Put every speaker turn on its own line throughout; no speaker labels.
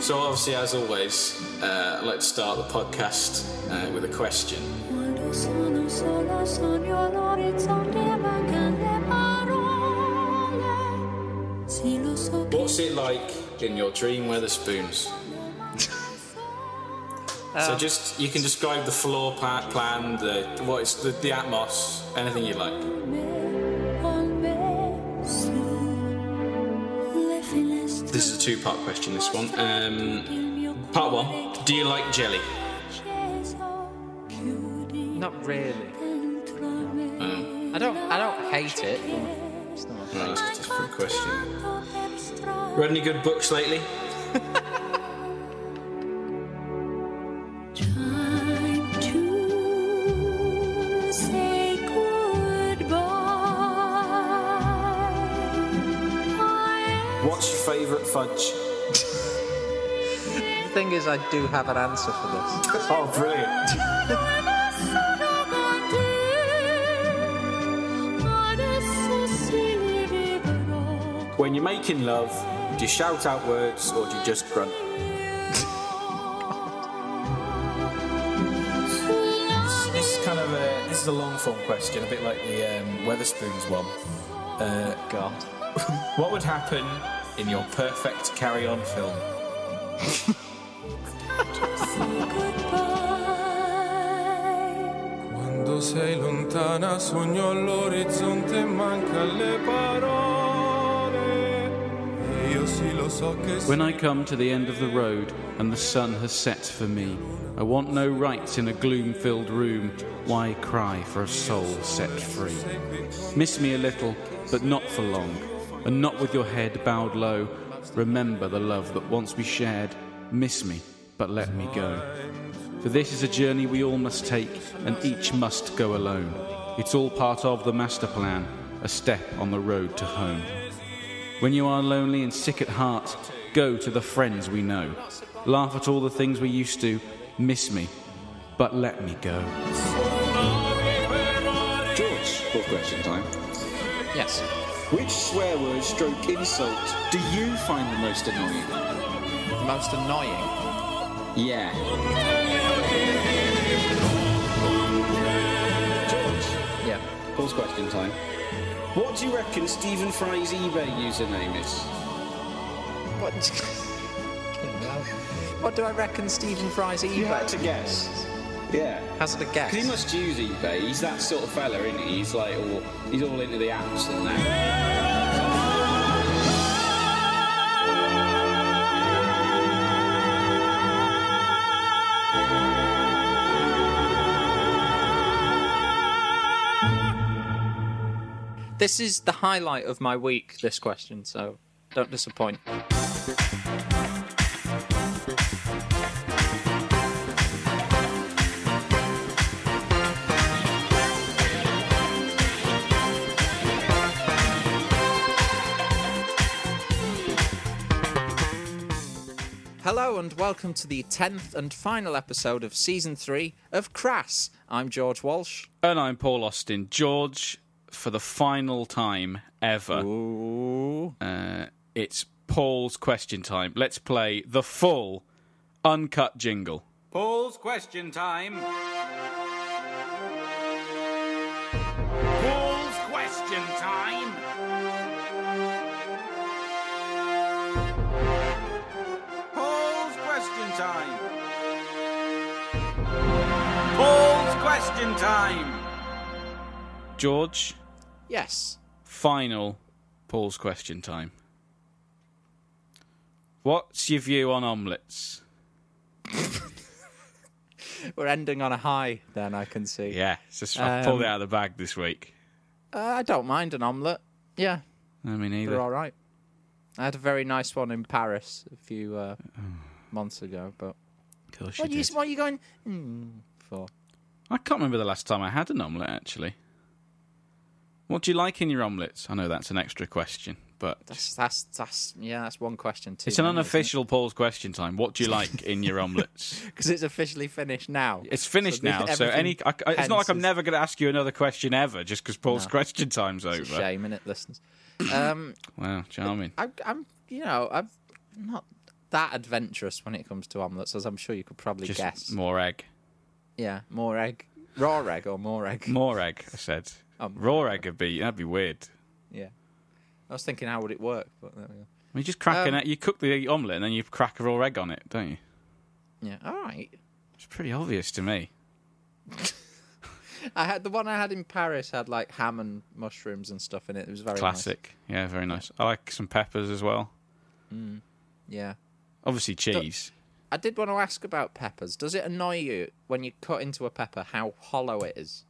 So, obviously, as always, uh, let's start the podcast uh, with a question.
Quando sono sola sogno l'orizzonte e mancan le parole. Sì, lo so che
What's it like in your dream Weatherspoons? so, just you can describe the floor pa- plan, the what is the, the atmos, anything you like.
me, con me, su le finestre
This is a two-part question. This one. Um,
il mio
part one: Do you like jelly?
acceso. Chiudi
Not really.
dentro
Uh,
me.
I don't. I don't hate it. It's not.
Right, that's a different question.
Tanto per strada.
Read any good books lately?
Time to say goodbye.
What's your favourite fudge?
The thing is, I do have an answer for this.
Oh, brilliant! When you're making love, do you shout out words or do you just grunt? This is kind of a this is a long form question, a bit like the um, Weatherspoons one. Uh,
God.
What would happen in your perfect Carry On film?
Quando sei lontana sogno all'orizzonte e mancano le parole. E io sì lo so che
When I come to the end of the road and the sun has set for me, I want no rights in a gloom filled room. Why cry for a soul set free? Miss me a little, but not for long, and not with your head bowed low. Remember the love that once we shared. Miss me, but let me go. For this is a journey we all must take, and each must go alone. It's all part of the master plan, a step on the road to home. When you are lonely and sick at heart, go to the friends we know. Laugh at all the things we used to, miss me, but let me go.
George, full question time.
Yes.
Which swear word stroke insult do you find the most annoying?
Most annoying.
Yeah. George,
Yeah.
pause question time. What do you reckon Stephen Fry's eBay username is?
What? Fucking hell. What do I reckon Stephen Fry's
You had
eBay?
to guess. Yeah.
Hazard a guess.
Because he must use eBay. He's that sort of fella, isn't he? He's like all, he's all into the apps and that.
This is the highlight of my week. This question, so don't disappoint. Hello and welcome to the 10th and final episode of season 3 of Crass. I'm George Walsh.
And I'm Paul Austin. George, for the final time ever, Uh, it's Paul's question time. Let's play the full uncut jingle.
Paul's question time. Paul's question time. Paul's question time. Paul's question time.
George,
Yes.
final Paul's question time. What's your view on omelettes?
We're ending on a high, then I can see.
Yeah, it's just, I've pulled it
Um,
out of the bag this week.
Uh, I don't mind an omelette. Yeah,
I mean, either.
they're all right. I had a very nice one in Paris a few uh, months ago, but
Of course
what are,
you
you,
did.
what are you going mm, for?
I can't remember the last time I had an omelette, actually. What do you like in your omelettes? I know that's an extra question, but
That's that's that's yeah, that's one question too.
it's an unofficial Paul's question time. What do you like in your omelettes?
because it's officially finished now.
It's finished
So the-
now, so any.
everything
I, I- it's not like I'm
tenses.
never going to ask you another question ever just because Paul's question time's over.
It's a shame, innit, listeners. Um,
Wow, charming.
I, I'm, you know, I'm not that adventurous when it comes to omelets, as I'm sure you could probably
Just
guess.
more egg.
Yeah, more egg, raw egg or more egg.
More egg, I said.
Um,
Raw egg would be, that'd be weird.
Yeah, I was thinking how would it work, but there we go.
I mean, just crack
Um,
an egg. You cook the omelette and then you crack a raw egg on it, don't you?
Yeah, all right.
It's pretty obvious to me.
I had the one I had in Paris had like ham and mushrooms and stuff in it. It was very nice.
Classic. Yeah, very nice. I like some peppers as well.
Yeah.
Obviously, cheese.
I did want to ask about peppers. Does it annoy you when you cut into a pepper how hollow it is?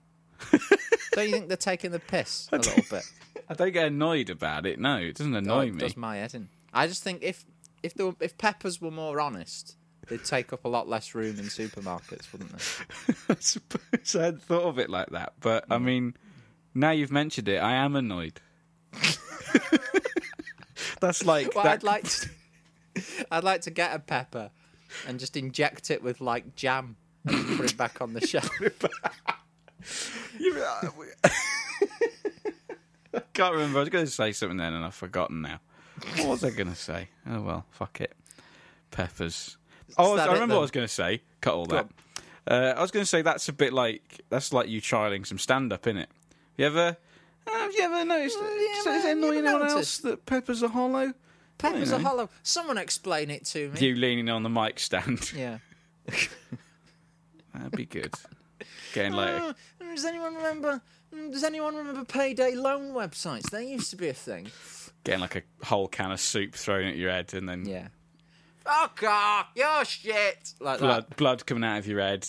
Don't you think they're taking the piss a little bit?
I don't get annoyed about it. No, it doesn't annoy
it
me.
does my head in. I just think if if there were, if peppers were more honest, they'd take up a lot less room in supermarkets, wouldn't they?
I suppose I hadn't thought of it like that, but I mean, now you've mentioned it, I am annoyed. That's like
Well,
that.
I'd like to I'd like to get a pepper and just inject it with like jam and just put it back on the shelf.
can't remember. I was going to say something then, and I've forgotten now. What was I going to say? Oh well, fuck it. Peppers. Oh, I, was-
that
I
it
remember what
then?
I was going to say. Cut all that.
on.
Uh, I was going to say that's a bit like that's like you trialing some stand up, innit? You ever? Have you ever noticed?
yeah,
Does
well,
it
you
annoy
ever
anyone
noticed?
else that peppers are hollow?
Peppers are
know.
hollow. Someone explain it to me.
You leaning on the mic stand.
Yeah.
That'd be good. Getting like
Mm, Does anyone remember? mm, Does anyone remember payday loan websites? They used to be a thing.
getting like a whole can of soup thrown at your head, and then
Yeah. Fuck off! Your shit. Like
blood
that.
blood coming out of your head,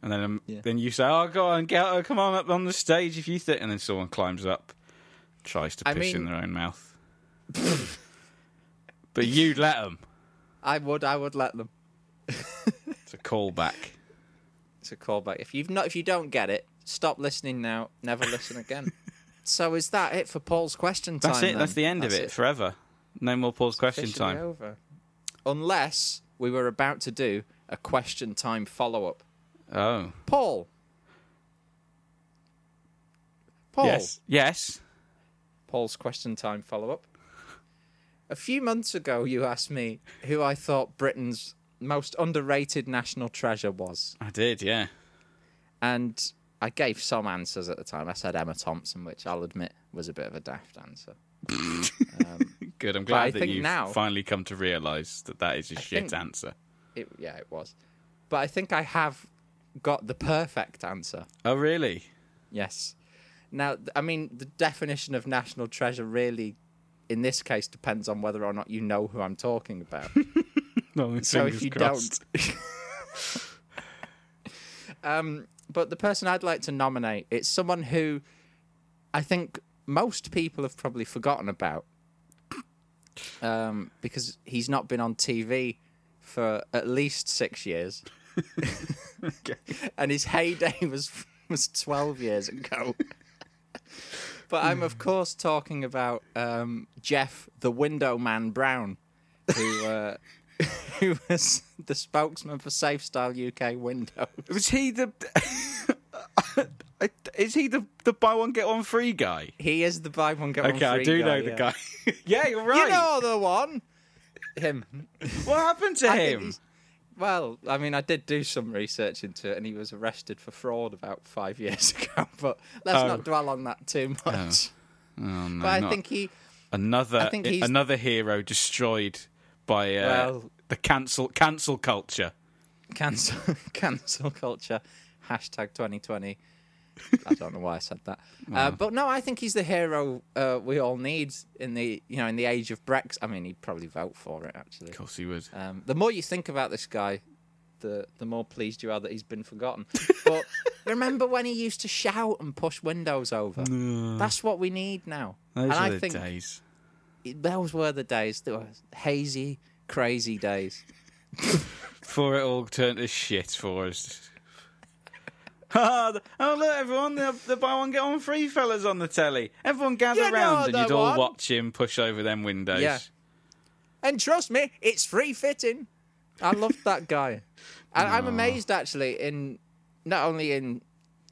and then um,
Yeah.
then you say, "Oh, go on, get oh, come on up on the stage if you think," and then someone climbs up, tries to
I
piss in
mean-
their own mouth. but you'd let them.
I would. I would let them.
It's a callback.
It's a callback. If you've not, if you don't get it, stop listening now. Never listen again. so is that it for Paul's question time?
That's it.
then?
That's the end of it, forever. No more pause question
Officially
time.
over. Unless we were about to do a question time follow up.
Oh,
Paul. Paul.
yes, yes.
Paul's question time follow up. A few months ago, you asked me who I thought Britain's most underrated national treasure was.
I did. Yeah,
And I gave some answers at the time. I said Emma Thompson, which I'll admit was a bit of a daft answer.
good. I'm
I
glad that
think
you've
now-
finally come to realise that that is a shit
think-
answer.
It, yeah, it was. But I think I have got the perfect answer.
Oh, really?
Yes. Now, th- I mean, the definition of national treasure really, in this case, depends on whether or not you know who I'm talking about.
No,
so if you don't um but the person i'd like to nominate it's someone who i think most people have probably forgotten about um because he's not been on tv for at least six years and his heyday was was 12 years ago but i'm of course talking about um jeff the window man brown who uh who was the spokesman for SafeStyle UK Window.
Was he the? is he the the buy one get one free guy?
He is the buy one get one
Okay, I
free
do know
yeah.
the guy. yeah, you're right.
You know the one. Him.
what happened to
I think
him?
he's- Well, I mean, I did do some research into it, and he was arrested for fraud about five years ago. But let's
Oh.
not dwell on that too much. but I
not-
think he.
Another
I think he's-
another hero destroyed by uh,
Well-
the cancel cancel culture.
cancel cancel culture hashtag 2020 i don't know why i said that uh, but no i think he's the hero uh, we all need in the you know in the age of brexit i mean he'd probably vote for it actually
Of course he would.
um, the more you think about this guy the the more pleased you are that he's been forgotten but remember when he used to shout and push windows over that's what we need now
Those
and
are
i
the
think
days.
those were the days they were hazy crazy days
Before it all turned to shit for us. oh look, everyone! The, the buy one get one free fellas on the telly. Everyone gather
You know
round and
the
you'd all
one.
watch him push over them windows.
Yeah. And trust me, it's free fitting. I loved that guy. And I'm amazed actually in not only in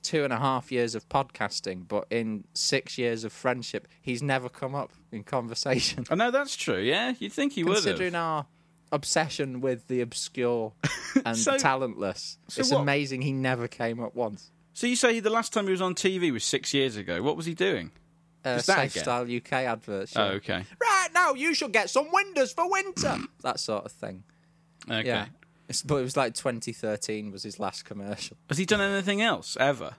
two and a half years of podcasting, but in six years of friendship, he's never come up in conversation.
I know that's true. Yeah, you'd think he would have.
Considering our obsession with the obscure and
So-
the talentless. it's
what-
amazing he never came up once.
So you say the last time he was on TV was six years ago. What was he doing?
Uh,
Is that
Safe
again?
Style UK adverts. yeah.
Oh, okay.
Right now, you should get some windows for winter. that sort of thing.
Okay.
Yeah. It's, but it was like 2013 was his last commercial.
Has he done anything else ever?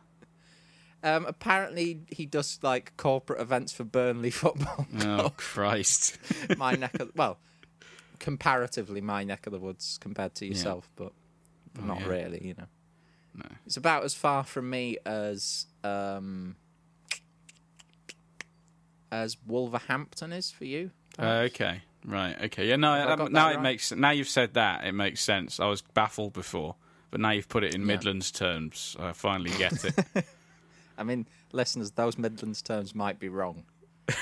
Um, apparently, he does like corporate events for Burnley football.
Oh Christ!
my neck of well, comparatively my neck of the woods compared to yourself, but not
Oh, yeah.
really, you know. No. It's about as far from me as um as Wolverhampton is for you.
okay. Right. Okay. Yeah. No.
I
um,
got
now
that
it
right?
makes. Now you've said that, it makes sense. I was baffled before, but now you've put it in Midlands terms. I finally get it.
I mean, listeners, those Midlands terms might be wrong.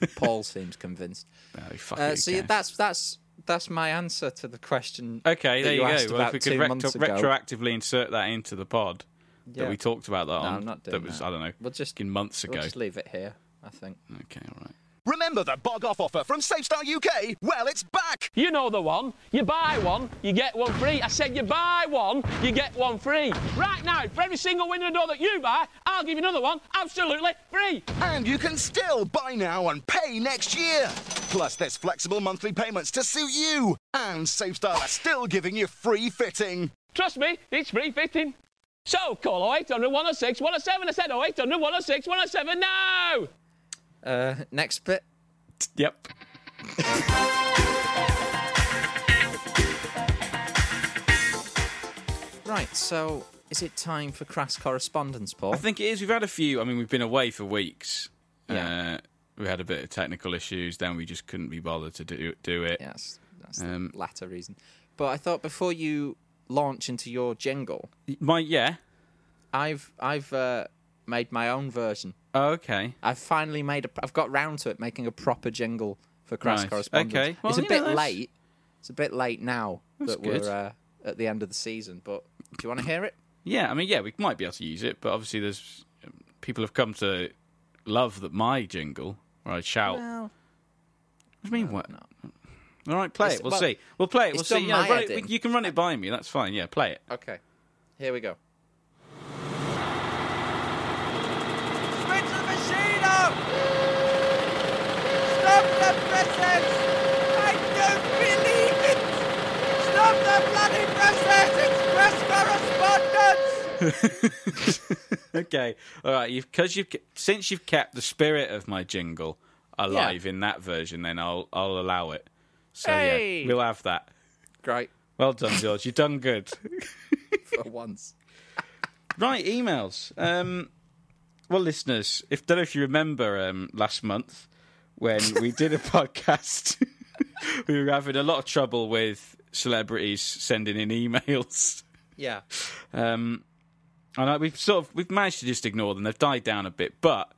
But Paul seems convinced.
oh, fuck
Uh,
it,
so
who
yeah,
cares?
that's that's that's my answer to the question.
Okay,
that
there you,
asked
go. Well, if
about
we
two
could recto-
months ago.
retroactively insert that into the pod
Yeah.
that we talked about
No,
that on.
I'm not
that
doing
was
that.
I don't know.
We'll just-
in months ago.
We'll just leave it here, I think.
Okay, all right.
Remember the bog off offer from SafeStar UK? Well, it's back!
You know the one. You buy one, you get one free. I said you buy one, you get one free. Right now, for every single window and door that you buy, I'll give you another one absolutely free.
And you can still buy now and pay next year. Plus, there's flexible monthly payments to suit you. And SafeStar are still giving you free fitting.
Trust me, it's free fitting. So call 0800 106 107. I said 0800 106 107 now.
Uh, next bit.
Yep.
Right, so is it time for crass correspondence, Paul?
I think it is. We've had a few. I mean, we've been away for weeks.
Yeah.
Uh, we had a bit of technical issues. Then we just couldn't be bothered to do do it.
yes, that's
Um,
the latter reason. But I thought before you launch into your jingle,
My yeah.
I've I've uh, made my own version.
Oh, okay.
I've finally made a. I've got round to it making a proper jingle for crass
Right,
correspondence.
okay. Well,
it's a
you know,
bit
that's-
late. It's a bit late now that
good.
we're uh, at the end of the season. But do you want to hear it?
Yeah. I mean, yeah. We might be able to use it, but obviously, there's um, people have come to love that my jingle where I shout.
Well,
What do you mean what? All right, play
It's-
it. We'll
well,
see. We'll play it. We'll
it's
see.
done
Yeah,
my
run it-
editing.
you can run it by me. That's fine. Yeah, play it.
okay. Here we go.
Okay. All right. You've because you've ke- since you've kept the spirit of my jingle alive in that version, then I'll I'll allow it. So
Hey!
yeah, we'll have that.
Great
Well done, George. You've done good.
for once.
right. Emails. Um, well, listeners, if don't know if you remember um, last month when we did a podcast, we were having a lot of trouble with celebrities sending in emails.
Yeah.
Um, and I, we've sort of we've managed to just ignore them. They've died down a bit, but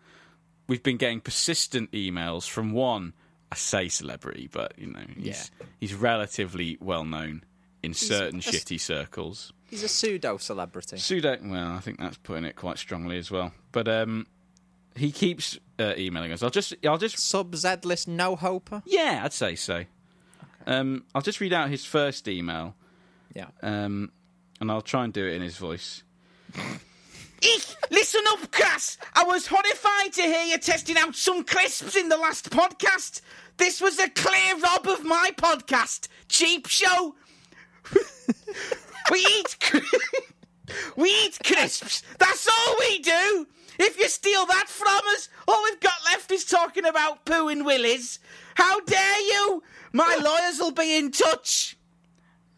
we've been getting persistent emails from one. I say celebrity, but you know, he's, he's relatively well known in certain shitty circles.
He's a pseudo celebrity.
Pseudo, well, I think that's putting it quite strongly as well. But um, he keeps uh, emailing us. I'll just, I'll just
Sub Z list no hoper.
yeah, I'd say so. Um, I'll just read out his first email.
Yeah.
Um, and I'll try and do it in his voice. Ich, listen up, Crass! I was horrified to hear you testing out some crisps in the last podcast. This was a clear rob of my podcast, Cheap Show. we eat, cr- we eat crisps. That's all we do. If you steal that from us, all we've got left is talking about poo and willies. How dare you? My lawyers will be in touch.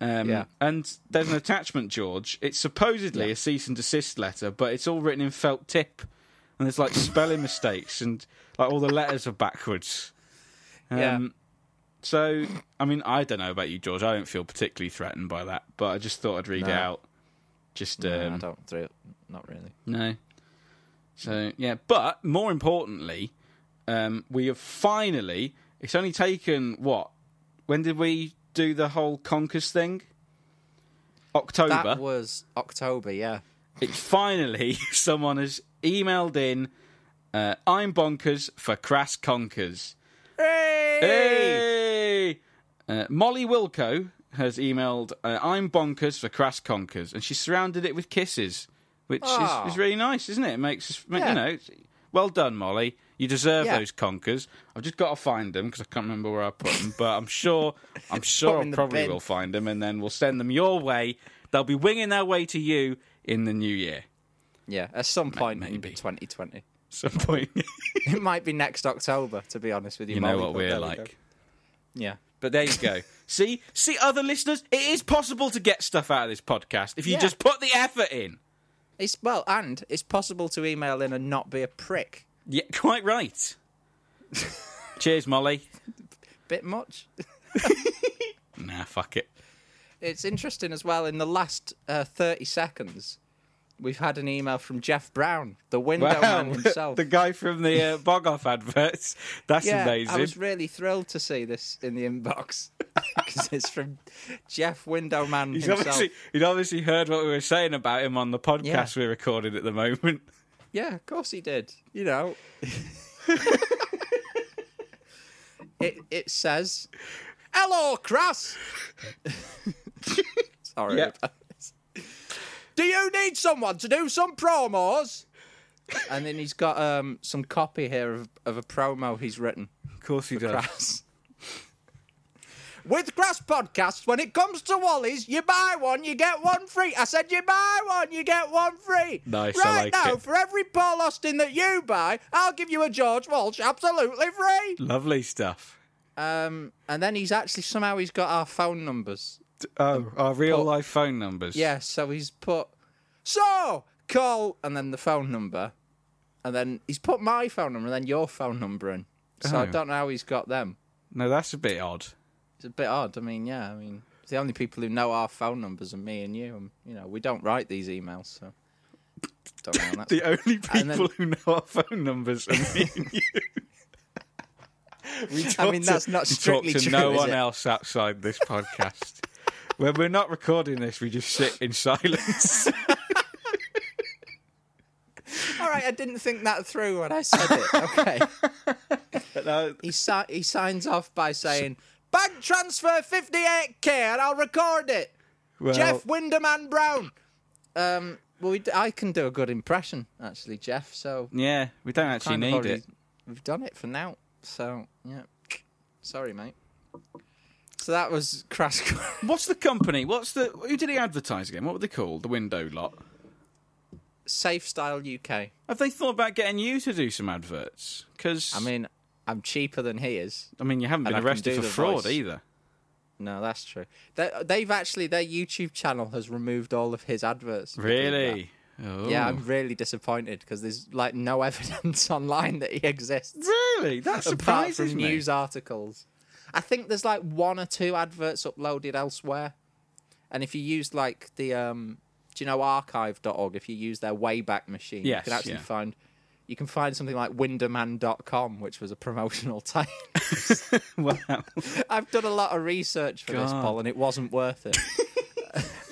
Um,
Yeah.
And there's an attachment, George. It's supposedly a cease and desist letter, but it's all written in felt tip. And there's like spelling mistakes and like all the letters are backwards. Um, So, I mean, I don't know about you, George. I don't feel particularly threatened by that, but I just thought I'd read it
No.
out. Just,
No,
um,
I don't. thrill- Not really.
no. So yeah, but more importantly, um, we have finally. It's only taken what? When did we do the whole Conkers thing? October.
That was October, yeah.
It's finally someone has emailed in. Uh, I'm bonkers for crass conkers. Hey! Uh, Molly Wilco has emailed, uh, I'm bonkers for crass conkers, and she surrounded it with kisses, which
Ah.
is, is really nice, isn't it? It makes, ma-
Yeah.
you know, it's- well done, Molly. You deserve
Yeah.
those conkers. I've just got to find them because I can't remember where I put them, but I'm sure, I'm
Put
sure
'em in
I
the
probably
bin.
will find them, and then we'll send them your way. They'll be winging their way to you in the new year.
Yeah, at some point
maybe.
in 2020.
Some point,
It might be next October, to be honest with you.
you know
Molly,
what
but
we're
there we go.
like.
Yeah.
But there you go. see, see, other listeners, it is possible to get stuff out of this podcast if you
Yeah.
just put the effort in.
It's well, and it's possible to email in and not be a prick.
Yeah, quite right. Cheers, Molly.
Bit much.
Nah, fuck it.
It's interesting as well. In the last uh, thirty seconds, we've had an email from Jeff Brown, the window man himself.
the guy from the uh, bog off adverts. That's
yeah,
amazing.
I was really thrilled to see this in the inbox because it's from Jeff Windowman
He's
himself.
obviously, he'd obviously heard what we were saying about him on the podcast we're recording at the moment.
Yeah, of course he did. You know. it it says Hello Crass Sorry
Yeah.
about this. Do you need someone to do some promos? And then he's got um, some copy here of, of a promo he's written.
Of course he does.
Grass. With Grass Podcasts, when it comes to Wally's, you buy one, you get one free. I said you buy one, you get one free.
Nice, I
Right
like
now,
it.
for every Paul Austin that you buy, I'll give you a George Walsh absolutely free.
Lovely stuff.
Um, and then he's actually somehow he's got our phone numbers.
Oh, our real
Paul-
life phone numbers.
Yeah, so he's put so call and then the phone number, and then he's put my phone number and then your phone number in. So I
Oh.
don't know how he's got them.
No, that's a bit odd.
it's a bit odd. I mean, yeah, I mean, the only people who know our phone numbers are me and you. And, you know, we don't write these emails, so don't know. That's...
The only people
And then-
who know our phone numbers are me and you. We
I mean,
talk to-
that's not
we
strictly
talk to
true,
no
is
one
it?
else outside this podcast. when we're not recording this, we just sit in silence.
All right, I didn't think that through when I said it. Okay, he si- he signs off by saying, "Bank transfer fifty eight k, and I'll record it."
Well,
Jeff Winderman Brown. Um, well, we d- I can do a good impression actually, Jeff. So
yeah, we don't actually
kind of
need
already-
it.
We've done it for now. So yeah, sorry, mate. So that was crash.
What's the company? What's the? Who did he advertise again? What were they called? The window lot.
Safe Style UK.
Have they thought about getting you to do some adverts? Because
I mean, I'm cheaper than he is.
I mean, you haven't
and
been
I can
arrested
do
for
the
fraud
voice.
either.
No, that's true. They, they've actually their YouTube channel has removed all of his adverts. for doing
Really?
that.
Oh.
Yeah, I'm really disappointed because there's like no evidence online that he exists
Really? That
apart
surprises
from
me.
news articles. I think there's like one or two adverts uploaded elsewhere, and if you use like the um, do you know archive.org? If you use their Wayback Machine,
Yes,
you can actually
yeah.
find you can find something like Winderman.com, which was a promotional type.
Wow.
I've done a lot of research for this,
God.
Paul, and it wasn't worth it.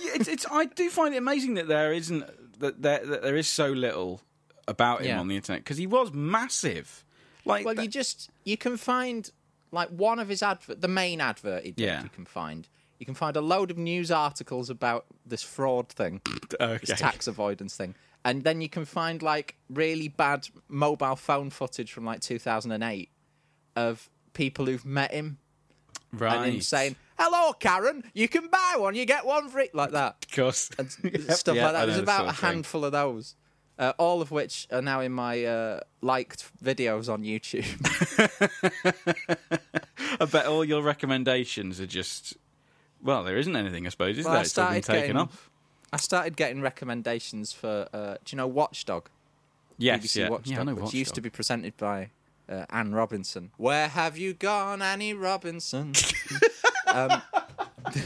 Yeah, it's, it's I do find it amazing that there isn't that there that there is so little about him
Yeah.
on the internet because he was massive. Like
well,
that-
you just you can find like one of his advert, the main advert he did.
Yeah.
You can find you can find a load of news articles about this fraud thing,
okay.
this tax avoidance thing, and then you can find like really bad mobile phone footage from like 2008 of people who've met him
right.
and him saying, "Hello, Karen, you can buy one, you get one free," like that.
of course,
stuff
Yeah,
like
I
that. There's
know the
about
sort
a
of thing.
handful of those, uh, all of which are now in my uh, liked videos on YouTube.
I bet all your recommendations are just. Well, there isn't anything, I suppose, is
Well, I
there? It's all been
started
taken
getting-
off.
I started getting recommendations for, uh, do you know, Watchdog?
Yes,
BBC
yeah.
Watchdog,
yeah, I know
which used to
Watchdog.
be presented by uh, Anne Robinson. Where have you gone, Annie Robinson? um, but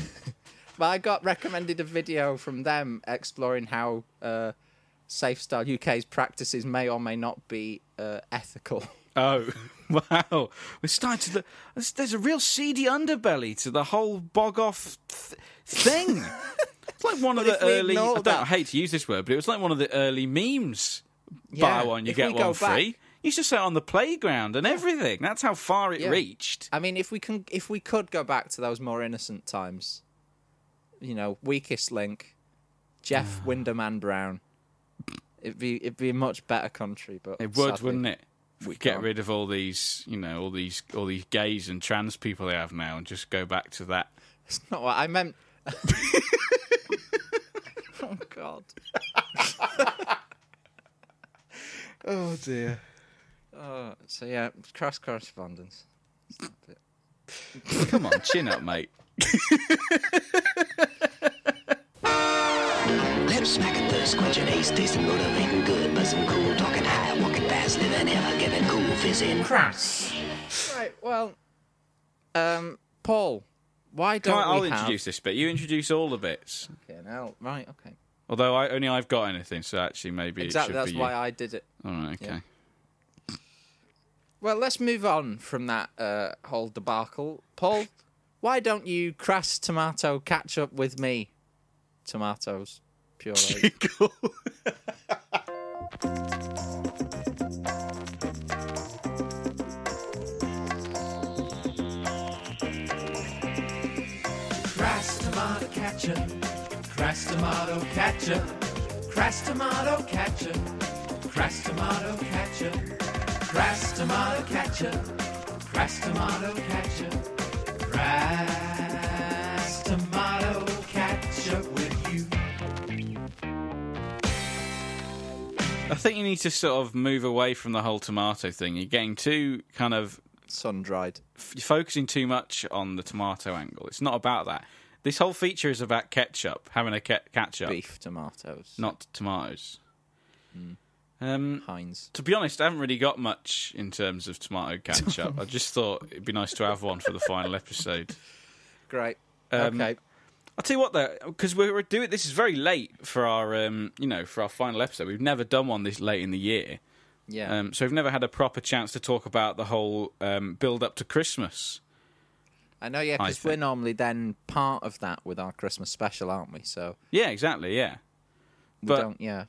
I got recommended a video from them exploring how uh, SafeStyle UK's practices may or may not be uh, ethical.
Oh, wow. We're starting to. The, there's, there's a real seedy underbelly to the whole bog off th- thing. it's like one of
But if
the
we
early. I,
ignore
don't,
that-
I hate to use this word, but it was like one of the early memes.
Yeah,
Buy one, you
if
get
we
one
go back-
free.
used to say it on the playground and everything. That's how far it
Yeah.
reached.
I mean, if we can, if we could go back to those more innocent times, you know, weakest
Ah.
link, Jeff Winderman Brown. It'd be it'd be a much better country, but
It would,
sadly-
wouldn't it? If We get
can't.
rid of all these, you know, all these, all these gays and trans people they have now, and just go back to that.
It's not what I meant. oh God.
Oh dear.
Uh, so yeah, cross correspondence.
Come on, chin up, mate.
Lip smacking, thirst quenching, ace tasting, motivating, good buzzing, cool talking, high walking, fast living, ever giving, cool fizzing.
Right. Well, um, Paul, why
Can
don't
I, I'll
we have-
introduce this bit. You introduce all the bits.
Fucking hell. Right. Okay.
Although I only I've got anything, so actually maybe it
Exactly.
should
That's
be
why
you.
I did it.
All right, okay.
Well, let's move on from that uh, whole debacle. Paul, why don't you crass tomato catch up with me? Tomatoes, puree. Crass tomato catcher, crass tomato catcher, crass tomato catcher, crass tomato catcher, crass tomato catcher, crass tomato catcher, crass tomato catcher with you.
I think you need to sort of move away from the whole tomato thing. You're getting too kind of
Sun dried.
you're focusing too much on the tomato angle. It's not about that. This whole feature is about ketchup, having a ke- ketchup,
Beef Mm. tomatoes.
not tomatoes. Um,
Heinz.
to be honest, I haven't really got much in terms of tomato ketchup. I just thought it'd be nice to have one for the final episode.
Great.
Um,
okay.
I'll tell you what though, because we're, we're doing this is very late for our um, you know for our final episode. We've never done one this late in the year,
Yeah.
um, so we've never had a proper chance to talk about the whole um, build up to Christmas.
I know, yeah,
I
because we're
think.
normally then part of that with our Christmas special, aren't we? So
Yeah, exactly. Yeah.
we
But-
don't, yeah.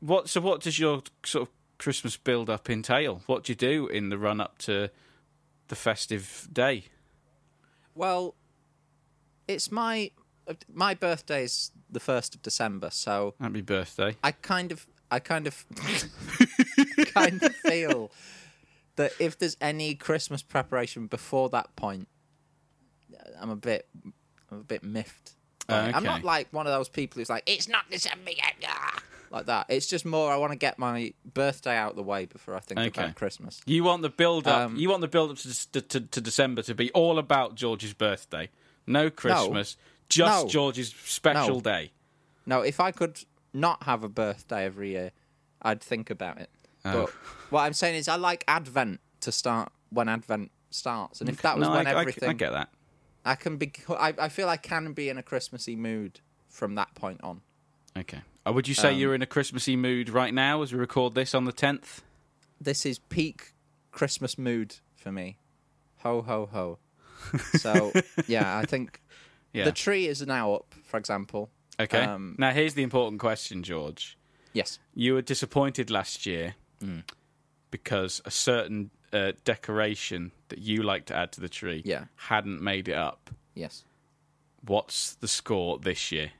What so? What does your sort of Christmas build up entail? What do you do in the run up to the festive day?
Well, it's my uh, my birthday's the first of December, so
Happy birthday!
I kind of, I kind of, kind of feel that if there's any Christmas preparation before that point, I'm a bit, I'm a bit miffed.
Oh,
Like, I'm not
okay.
like one of those people who's like, it's not December yet, ah," like that. It's just more I want to get my birthday out of the way before I think
Okay.
about Christmas.
You want the build up.
Um,
you want the build up to, to, to, to December to be all about George's birthday. No Christmas, just
No.
George's special
No.
day.
No, if I could not have a birthday every year, I'd think about it.
Oh.
But what I'm saying is, I like Advent to start when Advent starts, and if that was
no,
when
I, I-
everything,
I, get that.
I can be. I, I feel I can be in a Christmassy mood from that point on.
Okay. Uh, would you say
Um,
you're in a Christmassy mood right now as we record this on the 10th?
This is peak Christmas mood for me. Ho ho ho. So yeah, I think
Yeah.
the tree is now up. For example,
okay.
um,
now, here's the important question, George.
yes,
You were disappointed last year
Mm.
because a certain uh, decoration that you like to add to the tree
Yeah.
hadn't made it up.
yes.
What's the score this year?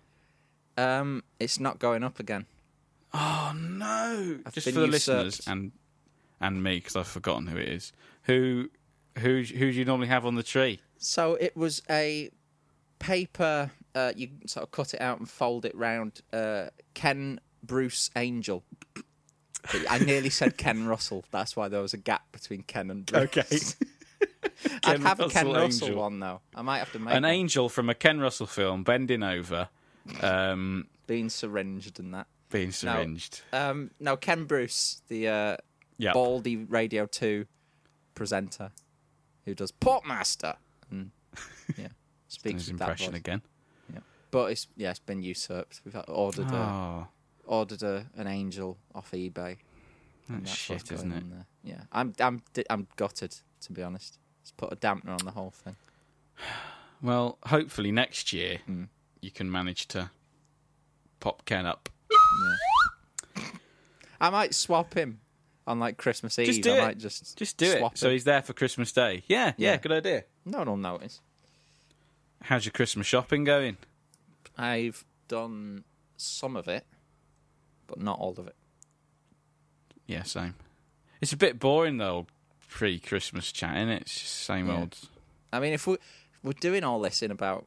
Um, it's not going up again.
No, just
Oh, been
for the
usurped.
listeners and and me because I've forgotten who it is. Who who who do you normally have on the tree?
So it was a paper. Uh, you sort of cut it out and fold it round. Uh, Ken Bruce Angel. I nearly said Ken Russell. That's why there was a gap between Ken and Bruce. Okay. I'd have a Ken
Russell
Russell
Angel.
one though. I might have to make
An
an one.
angel from a Ken Russell film bending over, um,
being syringed and that.
being syringed.
Um, no, Ken Bruce, the uh,
Yeah,
baldy Radio Two presenter, who does Portmaster. And, yeah, speaks
his
with that
impression
voice.
again.
But it's yeah, it's been usurped. We've had- ordered a,
Oh,
ordered a, an angel off eBay. and
that's
what's
shit, isn't
going
it?
on there. Yeah, I'm I'm di- I'm gutted to be honest. It's put a dampener on the whole thing.
Well, hopefully next year
Hmm.
you can manage to pop Ken up.
I might swap him. on like Christmas Eve.
Just do
I
it.
might just
Just do it.
swap
So he's there for Christmas Day. Yeah, yeah,
Yeah.
good idea.
No one will notice.
How's your Christmas shopping going?
I've done some of it, but not all of it.
Yeah, same. It's a bit boring though, pre-Christmas chat, is It's just same
Yeah.
old.
I mean, if we we're doing all this in about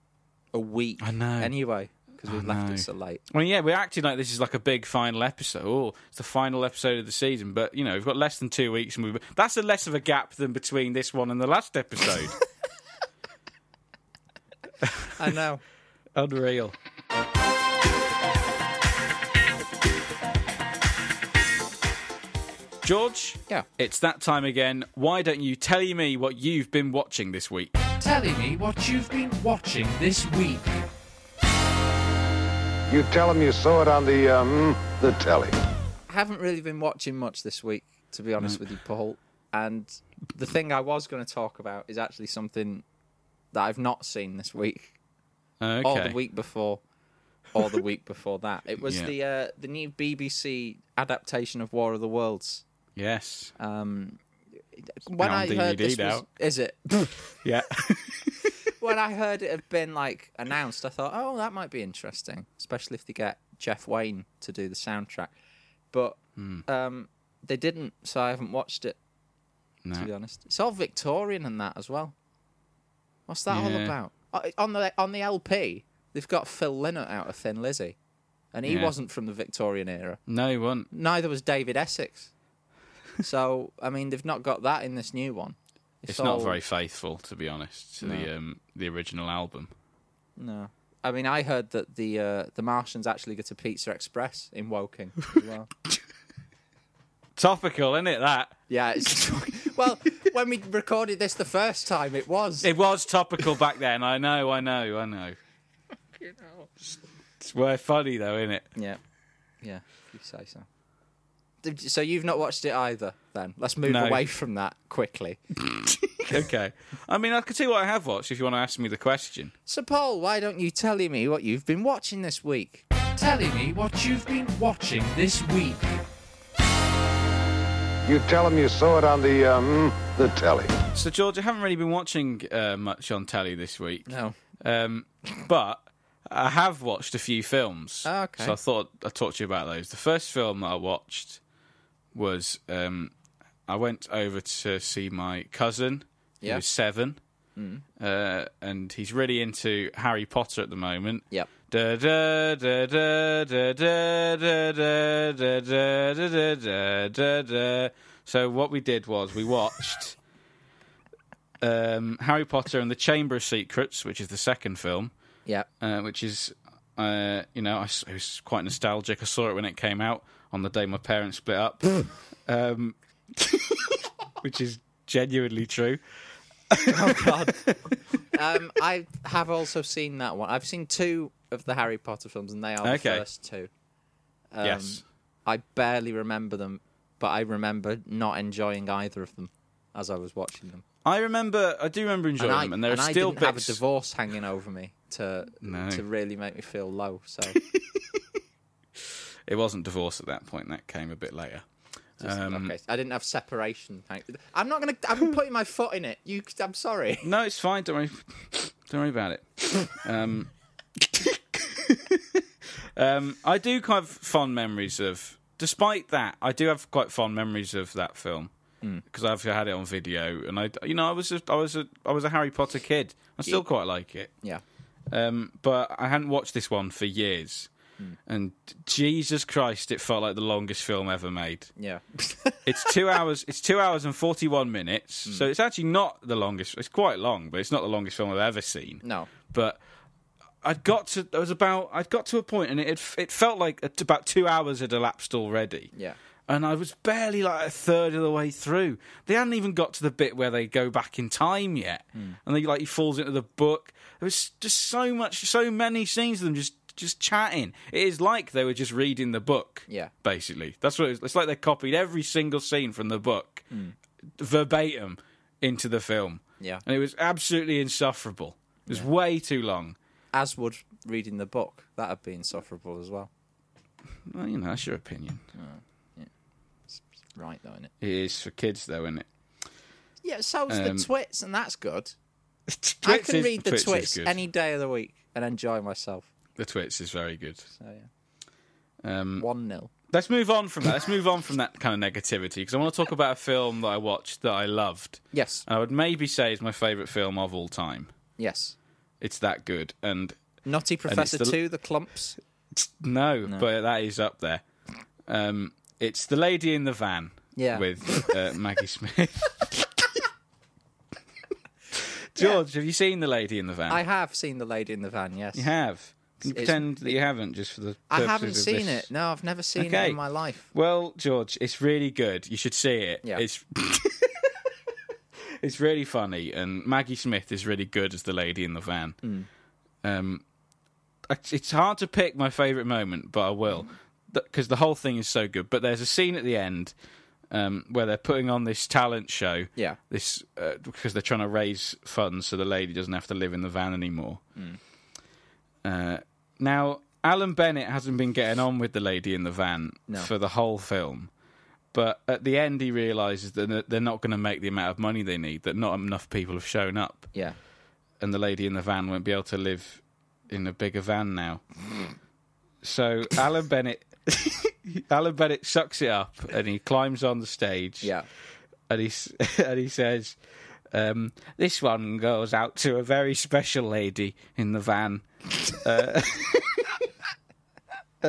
a week,
I know.
anyway, because we've left
know.
it so late.
Well, yeah, we're acting like this is like a big final episode. Oh, it's the final episode of the season, but you know we've got less than two weeks, and we've that's a less of a gap than between this one and the last episode.
I know.
Unreal. George,
Yeah.
it's that time again. Why don't you tell me what you've been watching this week?
Telling me what you've been watching this week.
You tell them you saw it on the um, the telly.
I haven't really been watching much this week, to be
Mm.
honest with you, Paul. And the thing I was going to talk about is actually something that I've not seen this week,
Okay.
or Oh, the week before, or the week before that. It was
Yeah.
the uh, the new BBC adaptation of War of the Worlds.
Yes.
Um, when
on
I heard
DVD
this was,
now.
is it?
Yeah.
when I heard it had been like announced, I thought, oh, that might be interesting, especially if they get Jeff Wayne to do the soundtrack. But
Hmm.
um, they didn't, so I haven't watched it. To
No.
be honest, it's all Victorian and that as well. What's that all
Yeah.
about? O- On the on the LP, they've got Phil Lynott out of Thin Lizzy, and he
Yeah.
wasn't from the Victorian era.
No, you won't.
Neither was David Essex. so I mean, they've not got that in this new one.
It's
all-
not very faithful, to be honest, to the
No.
um, the original album.
No. I mean, I heard that the uh, the Martians actually go to Pizza Express in Woking as well.
Topical, isn't it? That
yeah, it's well, when we recorded this the first time, it was.
it was topical back then. I know, I know, I know. It's way funny though, isn't it?
Yeah, yeah, if you say so. Did- So you've not watched it either, then? Let's move
No.
away from that quickly.
okay. I mean, I could tell you what I have watched if you want to ask me the question.
So, Paul, why don't you tell me what you've been watching this week?
Telling me what you've been watching this week.
You tell them you saw it on the um, the telly.
So, George, I haven't really been watching uh, much on telly this week.
No.
Um, but I have watched a few films.
Ah, okay.
So I thought I'd talk to you about those. The first film that I watched was um, I went over to see my cousin. He
Yeah. Hmm.
was seven. Uh, and he's really into Harry Potter at the moment.
Yep.
Da da da da da da da da da da da da da da. So what we did was we watched um, Harry Potter and the Chamber of Secrets, which is the second film,
Yeah,
uh, which is uh, you know I s it was quite nostalgic. I saw it when it came out on the day my parents split up,
Hmm.
um, which is genuinely true.
um, I have also seen that one. I've seen two of the Harry Potter films, and they are
Okay.
the first two. Um,
yes.
I barely remember them, but I remember not enjoying either of them as I was watching them.
I remember, I do remember enjoying
and I,
them, and there
and
are
I
still
didn't have a
bits.
divorce hanging over me to
No.
to really make me feel low. So
It wasn't divorce at that point. That came a bit later.
just-
Um,
okay, I didn't have separation. hang- I'm not gonna. I'm putting my foot in it. You, I'm sorry.
No, it's fine. Don't worry. Don't worry about it. Um, um, I do kind of fond memories of. Despite that, I do have quite fond memories of that film because I've had it on video, and I, you know, I was a, I was a, I was a Harry Potter kid. I still quite like it.
Yeah.
Um, but I hadn't watched this one for years, and Jesus Christ, it felt like the longest film ever made.
Yeah.
It's two hours. It's two hours and forty-one minutes. So it's actually not the longest. It's quite long, but it's not the longest film I've ever seen.
No.
But I'd got to. I was about. I'd got to a point, and it had, it felt like at about two hours had elapsed already.
Yeah.
And I was barely like a third of the way through. They hadn't even got to the bit where they go back in time yet,
Hmm.
and they like he falls into the book. There was just so much, so many scenes of them just just chatting. It is like they were just reading the book.
Yeah.
basically. That's what it was. it's like. They copied every single scene from the book verbatim into the film.
Yeah.
and it was absolutely insufferable. It was way too long.
As would reading the book. That would be insufferable as well.
Well, you know, that's your opinion.
right, though, isn't it?
It is for kids, though, isn't it?
Yeah, it sells
Um,
the twits, and that's good. I
Twits
can
is-
read the
Twits is
twits
good.
any day of the week and enjoy myself.
The Twits is very good.
So yeah,
Um,
one 0
Let's move on from that. Let's move on from that kind of negativity because I want to talk about a film that I watched that I loved.
Yes.
I would maybe say is my favourite film of all time.
yes.
It's that good. And
Naughty
and it's
Professor
the-
Two, the clumps.
No, but that is up there. Um, it's the lady in the van.
Yeah.
With uh, Maggie Smith. George, have you seen the lady in the van?
I have seen the lady in the van. Yes,
You have. Can you
It's-
pretend that you haven't, just for the.
I
purposes
haven't
of
seen
this?
it. No, I've never seen it
Okay.
in my life.
Well, George, it's really good. You should see it. Yeah. It's it's really funny, and Maggie Smith is really good as the lady in the van.
Mm.
Um, I- it's hard to pick my favourite moment, but I will because the whole thing is so good. But there's a scene at the end um, where they're putting on this talent show.
Yeah.
This uh, because they're trying to raise funds so the lady doesn't have to live in the van anymore.
Mm.
Uh, now, Alan Bennett hasn't been getting on with the lady in the van
No.
for the whole film. But at the end, he realizes that they're not going to make the amount of money they need, that not enough people have shown up.
Yeah.
And the lady in the van won't be able to live in a bigger van now. So Alan Bennett. Alan Bennett sucks it up and he climbs on the stage.
Yeah.
And he, s- and he says, um, This one goes out to a very special lady in the van. Uh,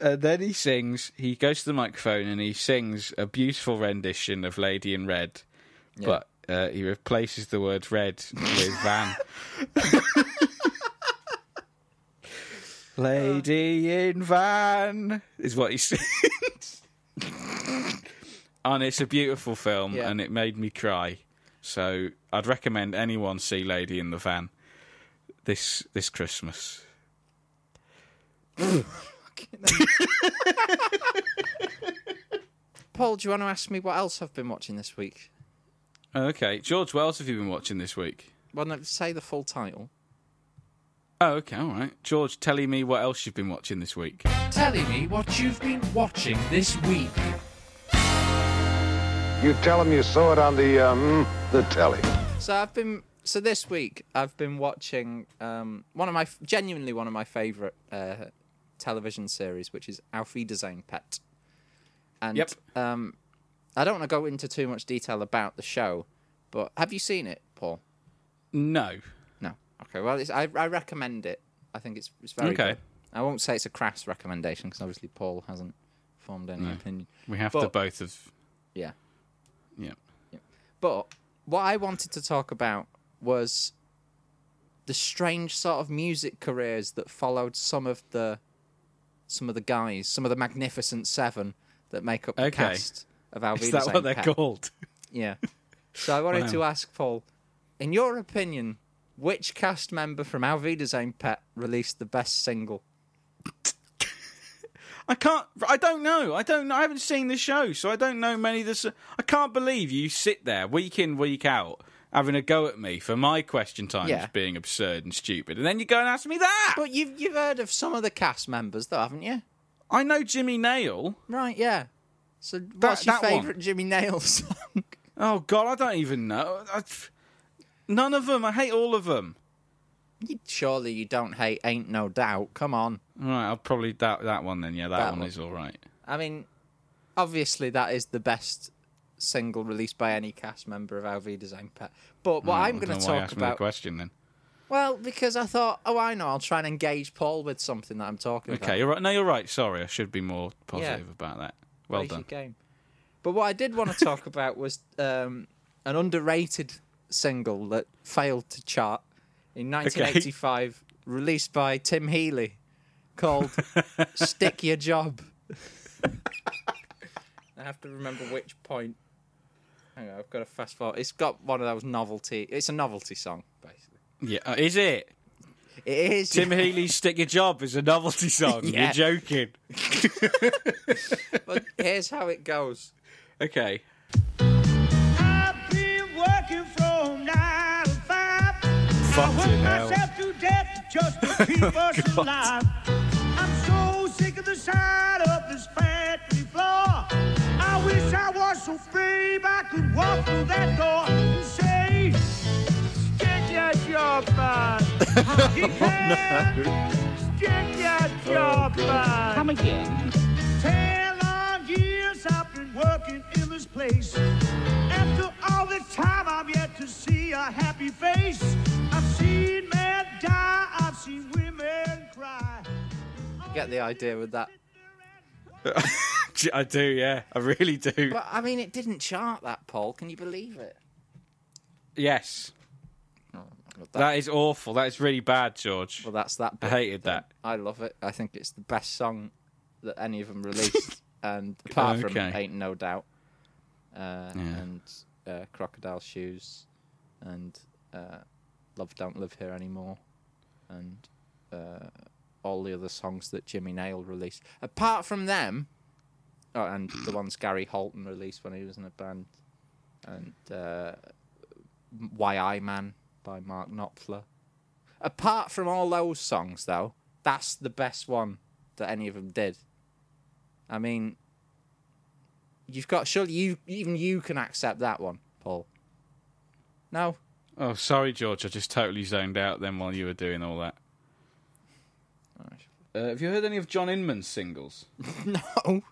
and then he sings, he goes to the microphone and he sings a beautiful rendition of Lady in Red,
Yeah.
but uh, he replaces the word red with van. Lady in van is what he sings. and it's a beautiful film
Yeah.
and it made me cry. So I'd recommend anyone see Lady in the Van this this Christmas.
Paul, do you want to ask me what else I've been watching this week?
Oh, Okay, George, what else have you been watching this week?
Well, no, say the full title.
Oh, okay, all right. George, telling me what else you've been watching this week.
Telling me what you've been watching this week.
You tell them you saw it on the um, the telly.
So I've been so this week I've been watching um, one of my genuinely one of my favorite uh, television series, which is Auf Wiedersehen Pet. And
Yep.
um, I don't want to go into too much detail about the show, but have you seen it, Paul?
No.
No. Okay. Well, it's, I I recommend it. I think it's it's very
Okay.
good. I won't say it's a crass recommendation because obviously Paul hasn't formed any
No.
opinion.
We have to
But-
both of
Yeah.
yeah.
But what I wanted to talk about was the strange sort of music careers that followed some of the some of the guys, some of the magnificent seven that make up the
Okay.
cast of Alvida.
Is that what they're called?
Yeah. So I wanted
Wow.
to ask Paul, in your opinion, which cast member from Alvida's own pet released the best single?
I can't. I don't know. I don't. know. I haven't seen the show, so I don't know many of the. s- I can't believe you sit there week in, week out, having a go at me for my question times
Yeah.
being absurd and stupid, and then you go and ask me that.
But you've you've heard of some of the cast members though, haven't you?
I know Jimmy Nail.
Right, yeah. So what's your
that one.
favourite Jimmy Nail song?
Oh God, I don't even know. I, none of them. I hate all of them.
You- surely you don't hate Ain't No Doubt. Come on.
All right, I'll probably that that one then. Yeah, that,
That
one,
one.
is all right.
I mean, obviously that is the best single released by any cast member of Alvida's own pet. But what
All right,
I'm
Hmm, I don't
going to
know why you
talk
asked me the
about.
question then.
Well, because I thought, oh, I know, I'll try and engage Paul with something that I'm talking about.
Okay, you're right. No, you're right. Sorry, I should be more positive about that. Well
Raise your
done.
game. But what I did want to talk about was um, an underrated single that failed to chart in 1985, released by Tim Healy, called "Stick Your Job." I have to remember which point. Hang on, I've got to fast forward. It's got one of those novelty. It's a novelty song, basically.
Yeah, uh, is it?
It is.
Tim
yeah.
Healy's "Stick Your Job" is a novelty song.
Yeah.
You're joking.
But here's how it goes.
Okay.
I've been working from nine to five. I
Fucking
work
hell.
myself to death just to keep us
God.
alive. I'm so sick of the sight of this factory floor. I wish
so brave I could walk through that door and say, Get your job back. You can't get your job back.
Come again.
Ten long years I've been working in this place. After all the time, I'm yet to see a happy face. I've seen men die, I've seen women cry.
Get the idea with that.
I do, yeah. I really do.
But I mean, it didn't chart that poll. Can you believe it?
yes. that is awful. That is really bad, George. Well,
that's that.
I hated that.
I love it. I think it's the best song that any of them released, and apart
Okay.
from "Ain't No Doubt" uh,
Yeah.
and uh, "Crocodile Shoes" and uh, "Love Don't Live Here Anymore" and uh, all the other songs that Jimmy Nail released. Apart from them, oh, and the ones Gary Holton released when he was in a band, and uh, "Why I Man" by Mark Knopfler. Apart from all those songs, though, that's the best one that any of them did. I mean, you've got surely you even you can accept that one, Paul. No,
Oh, sorry, George. I just totally zoned out then while you were doing all that. Uh, have you heard any of John Inman's singles?
no,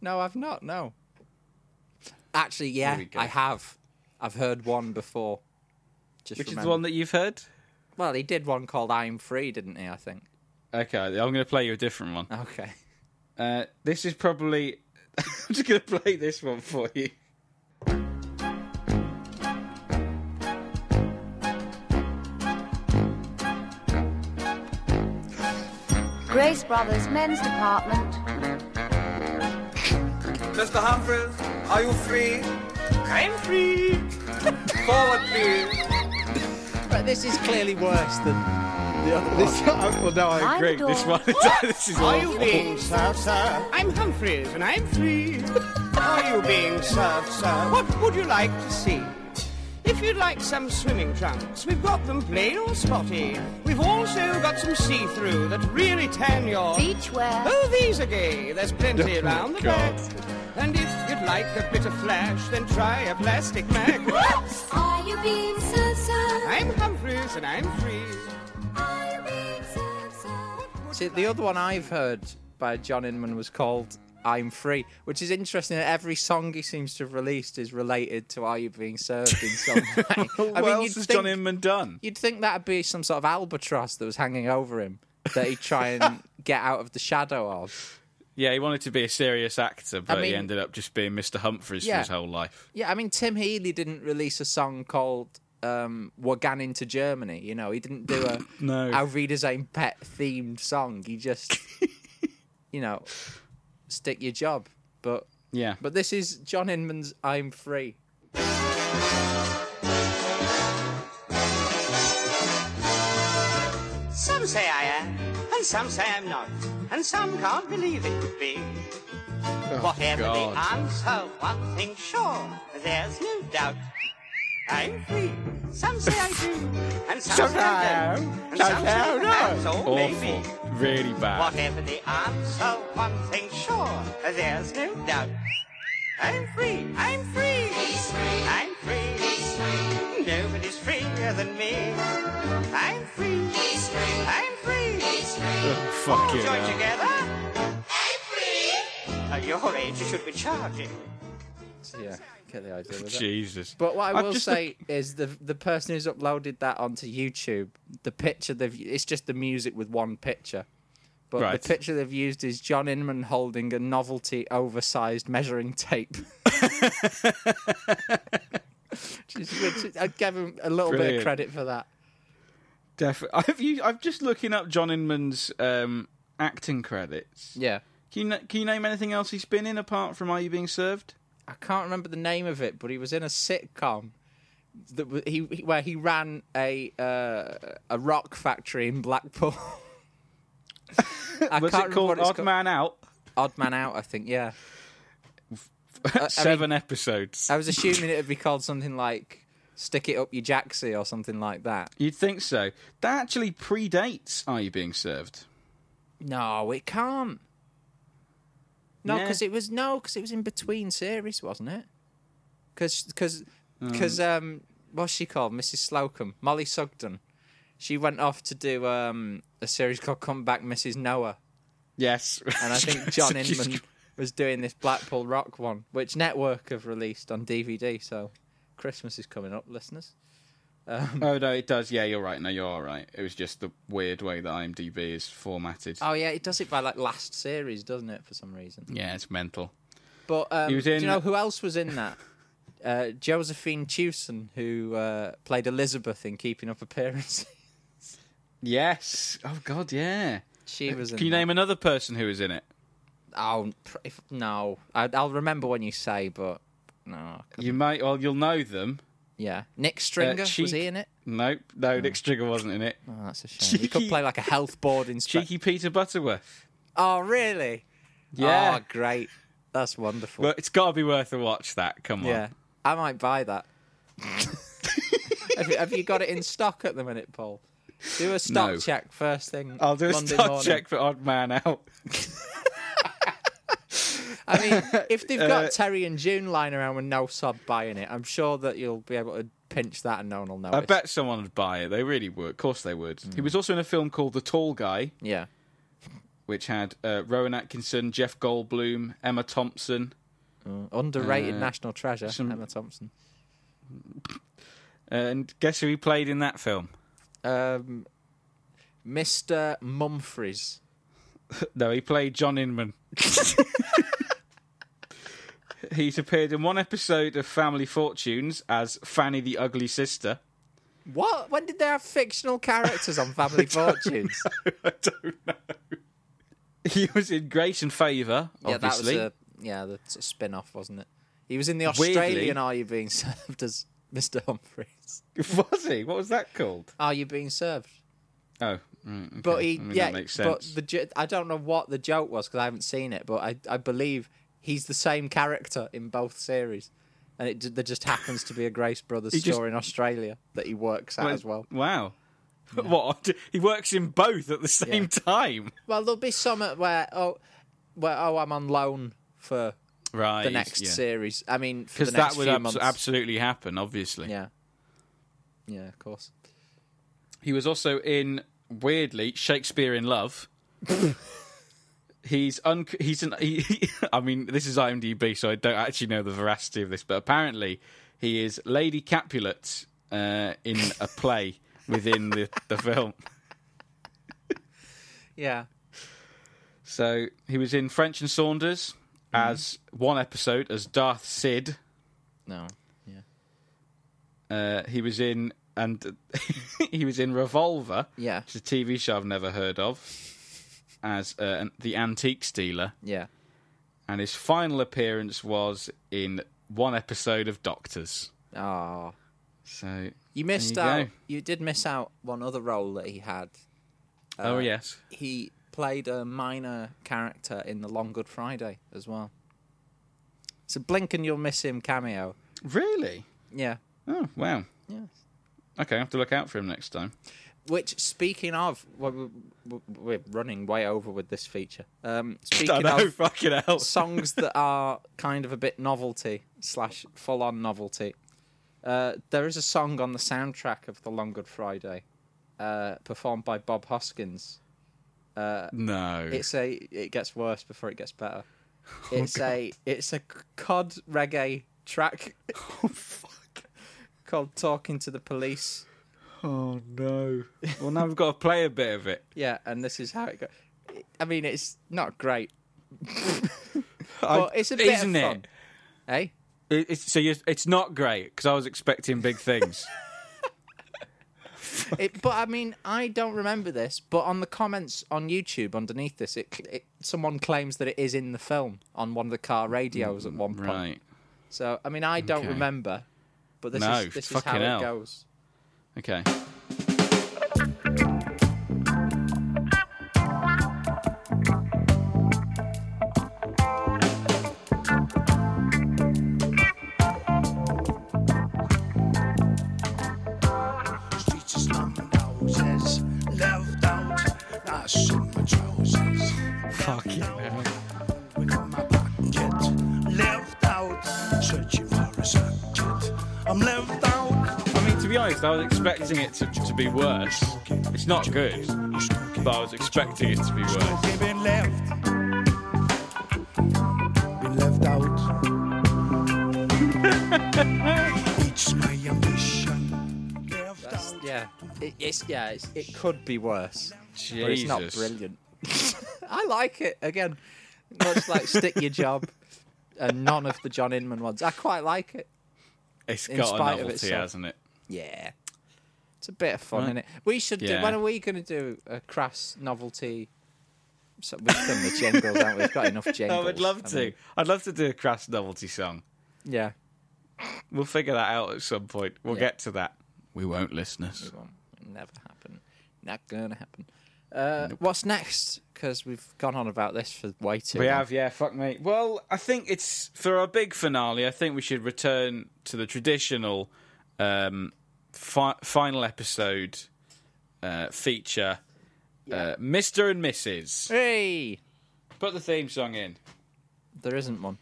no, I've not. No, actually,
Here
yeah,
we go.
I have. I've heard one before. Just
Which is the
remember-
one that you've heard?
Well, he did one called "I'm Free," didn't he? I think.
Okay, I'm going to play you a different one.
Okay.
Uh, this is probably. I'm just going to play this one for you.
Grace Brothers Men's Department.
Mr. Humphries, are you free? I'm free. Forward, please.
But this is clearly worse than the other one. well, no,
I agree. This one- this is
Are you
awful.
being served, sir? I'm Humphreys and I'm free. Are you being served, sir? What would you like to see? If you'd like some swimming trunks, we've got them plain or spotty. We've also got some see-through that really tan your
beachwear.
Oh, these are gay. There's plenty
Oh,
around the
God.
back. And if you'd like a bit of flash, then try a plastic mag.
Are you being so sad?
I'm Humphreys and I'm free.
See, the other one I've heard by John Inman was called I'm Free, which is interesting that every song he seems to have released is related to Are You Being Served in some way.
What else has John Inman done?
You'd think that'd be some sort of albatross that was hanging over him that he'd try and get out of the shadow of.
Yeah, he wanted to be a serious actor, but he
mean-
ended up just being Mr. Humphreys for
Yeah.
his whole life.
Yeah, I mean, Tim Healy didn't release a song called um, We're Gan into Germany. You know, he didn't do a
No.
Our Reader's Own Pet themed song. He just, you know, stick your job. But
yeah,
but this is John Inman's "I'm Free."
Some say I am, and some say I'm not, and some can't believe it could be. Whatever
Oh, God.
the answer, one thing sure, there's no doubt. I'm free. Some say I do, and some,
Some
say
say I
I don't,
am,
and
some
some
say I
say
don't.
that's all
Awful.
maybe.
Really bad.
Whatever the answer, one thing sure, there's no doubt. I'm free, I'm free, He's free. I'm free, He's free. nobody's freer than me. I'm free, He's free. I'm free, He's free.
Fuck
All
it.
join together. I'm free. At your age, you should be charging.
So, yeah, get the idea. With that.
Jesus.
But what I
I've
will
just-
say is the the person who's uploaded that onto YouTube, the picture they've it's just the music with one picture. But
Right.
the picture they've used is John Inman holding a novelty oversized measuring tape. Which is- which- I gave him a little bit
Brilliant.
of credit for that.
Def- I've, you, I've just looking up John Inman's um, acting credits.
Yeah.
Can you, na- can you name anything else he's been in apart from Are You Being Served?
I can't remember the name of it, but he was in a sitcom that w- he he- where he ran a uh, a rock factory in Blackpool. I
Was
can't remember
it called
what it's
Odd Man Out?
Odd Man Out, I think. Yeah. I- I
Seven
mean,
episodes.
I was assuming it would be called something like "Stick It Up Your Jacksy" or something like that.
You'd think so. That actually predates Are You Being Served?
No, it can't. No, because it was no, because it was in between series, wasn't it? Because because because um, what's she called? Mrs. Slocum, Molly Sugden. She went off to do um a series called Comeback Mrs. Noah.
Yes,
and I think John Inman was doing this Blackpool Rock one, which Network have released on DVD. So Christmas is coming up, listeners. Um,
oh no, it does. Yeah, you're right. No, you're all right. It was just the weird way that IMDb is formatted.
Oh yeah, it does it by like last series, doesn't it? For some reason.
Yeah, it's mental.
But um,
He was in-
do you know who else was in that? Uh, Josephine Tewson, who uh, played Elizabeth in Keeping Up Appearances.
Yes. Oh God, yeah.
She was.
Uh, Can
in
you
that.
name another person who was in it?
Oh, pr- if, no. I, I'll remember when you say, but no.
You might. Well, you'll know them.
Yeah.
Uh,
Nick Stringer, was he in it?
Nope. No, Nick Stringer wasn't in it.
Oh, that's a shame. He could play like a health board inspector.
Cheeky Peter Butterworth.
Oh, really?
Yeah.
Oh, great. That's wonderful.
Well, it's got to be worth a watch. That. Come on.
yeah. I might buy that. have, you, have you got it in stock at the minute, Paul? Do a stock
No.
check first thing.
I'll do a
Monday
stock
morning.
check for Odd Man out.
I mean, if they've got
Uh,
Terry and June lying around with no sub buying it, I'm sure that you'll be able to pinch that and no one will notice.
I bet someone would buy it. They really would. Of course they would. He was also in a film called The Tall Guy.
Yeah.
Which had uh, Rowan Atkinson, Jeff Goldblum, Emma Thompson.
Underrated
Uh,
national treasure,
some-
Emma Thompson.
And guess who he played in that film?
Um, Mr. Mumfries.
no, he played John Inman. He's appeared in one episode of Family Fortunes as Fanny the Ugly Sister.
What? When did they have fictional characters on Family Fortunes?
He was in Grace and Favour,
Yeah, that was
obviously.
a yeah, the sort of spin off, wasn't it? He was in the
Weirdly-
Australian Are You Being Served as Mr. Humphries.
Was he? What was that called?
Are You Being Served?
Oh, right, okay.
But he,
I mean,
yeah,
that makes
but
sense.
the jo- I don't know what the joke was because I haven't seen it, but I I believe he's the same character in both series, and it ju- there just happens to be a Grace Brothers
He
store
just-
in Australia that he works at as well.
Wow. What? He works in both at the same time.
Well, there'll be some at where oh, where oh, I'm on loan for
Right.
the next
yeah.
series. I mean, for
Because
the next
that would
few
abso-
months.
absolutely happen, obviously.
Yeah. Yeah, of course.
He was also in, weirdly, Shakespeare in Love. he's un. He's an. He, I mean, this is IMDb, so I don't actually know the veracity of this, but apparently, he is Lady Capulet uh, in a play within the, the film.
Yeah.
So he was in French and Saunders as one episode as Darth Sid.
No.
Uh, he was in and he was in Revolver.
Yeah.
which is a TV show I've never heard of as uh, an- the antiques dealer.
Yeah.
And his final appearance was in one episode of Doctors.
Ah.
So
You missed
there you
out.
go.
You did miss out one other role that he had.
Oh, yes.
He played a minor character in the Long Good Friday as well. It's a blink and you'll miss him cameo.
Really?
Yeah.
Oh wow.
Yes.
Okay, I have to look out for him next time.
Which, speaking of, well, we- we- we're running way over with this feature. Um,
I
speaking
know,
of
fucking hell.
songs that are kind of a bit novelty slash full on novelty, uh, there is a song on the soundtrack of The Long Good Friday, uh, performed by Bob Hoskins. Uh,
No.
it's a. It gets worse before it gets better.
Oh
It's a. It's a cod reggae track. Oh fuck! Called "Talking to the Police."
Oh no. well, now we've got to play a bit of it.
Yeah, and this is how it goes. I mean, it's not great. but it's a bit of
isn't it?
fun. Eh?
It, it's, so you're, it's not great because I was expecting big things.
It, but I mean, I don't remember this. But on the comments on YouTube underneath this, it, it someone claims that it is in the film on one of the car radios at one point.
Mm, right.
So I mean, I don't
Okay.
remember. But this
No,
is this is how
fucking hell.
it goes.
Okay.
Streets of slum and houses, left out, not so much houses. Fucking hell.
honest, I was expecting it to, to be worse. It's not good, but I was expecting it to be worse.
You've been left. Been left out. Each my ambition.
That's, yeah, it, it's yeah, it's, it could be worse. But it's not
Jesus.
brilliant. I like it again. Much like stick your job, and none of the John Inman ones. I quite like it.
It's
In
got a
spite of
novelty,
itself.
hasn't it?
Yeah, it's a bit of fun, innit?
Right.
We should.
Yeah.
do When are we going to do a crass novelty? So we've done the jingles, haven't we? We've got enough jingles.
I would love to.
mean,
I'd love to do a crass novelty song.
yeah.
We'll figure that out at some point. We'll
Yeah.
get to that. We won't, listeners.
Never happen. Not gonna happen. Uh, What's next? Because we've gone on about this for way too.
We
long.
have, yeah, fuck me. Well, I think it's for our big finale. I think we should return to the traditional um, fi- final episode uh, feature, uh, Mister and Mrs.
Hey,
put the theme song in.
There isn't one.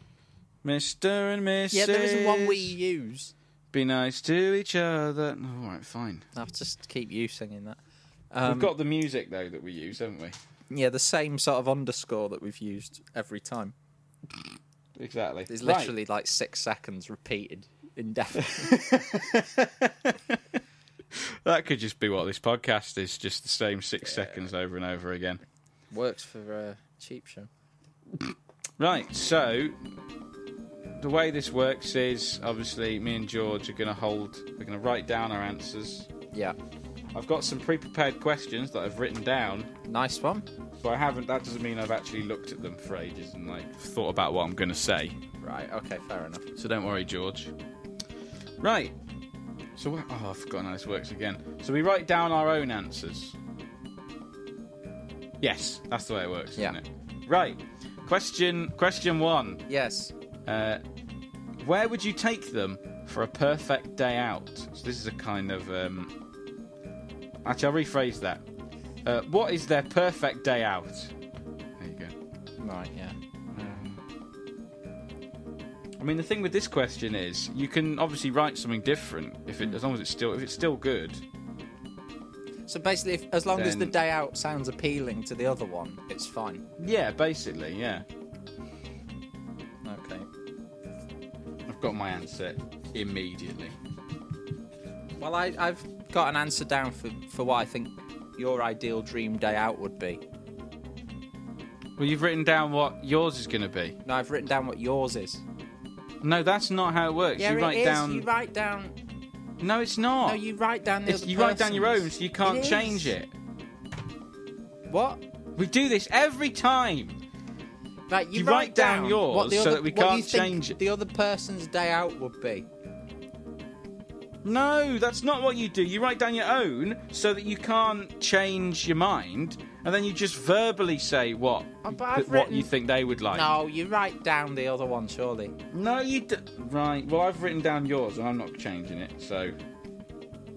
Mister and Mrs.
Yeah, there isn't one we use.
Be nice to each other. All right, fine.
I'll just keep you singing that. Um,
We've got the music though that we use, haven't we?
Yeah, the same sort of underscore that we've used every time.
Exactly.
It's
Right.
literally like six seconds repeated indefinitely.
That could just be what this podcast is, just the same six seconds over and over again.
Works for a cheap show.
Right, so the way this works is obviously me and George are going to hold, we're going to write down our answers.
Yeah.
I've got some pre prepared questions that I've written down.
Nice one.
But I haven't, that doesn't mean I've actually looked at them for ages and like thought about what I'm going to say.
Right, okay, fair enough.
So don't worry, George. Right. So, wh- oh, I've forgotten how this works again. So we write down our own answers. Yes, that's the way it works,
Yeah.
isn't it? Right. Question question one.
Yes.
Uh, where would you take them for a perfect day out? So this is a kind of. Um, actually, I'll rephrase that. Uh, what is their perfect day out? There you go.
Right, yeah.
I mean, the thing with this question is, you can obviously write something different if it, as long as it's still if it's still good.
So basically, if, as long as the
Then-
day out sounds appealing to the other one, it's fine.
Yeah, basically, yeah.
Okay.
I've got my answer immediately.
Well, I, I've got an answer down for, for what I think your ideal dream day out would be.
Well, you've written down what yours is going to be.
No, I've written down what yours is.
No, that's not how it works.
Yeah,
you
it
write
is.
down.
You write down.
No, it's not.
No, you write down the
It's-
other
you write down your own,
person's.
so you can't
It is.
change it.
What?
We do this every time.
Right, you,
You write down yours
what the
so
other,
that we
what you
can't
think
change it.
The other person's day out would be.
No, that's not what you do. You write down your own so that you can't change your mind, and then you just verbally say what
Uh, but I've
th- what
written-
you think they would like.
No, you write down the other one, surely.
No, you d- right. Well, I've written down yours, and I'm not changing it. So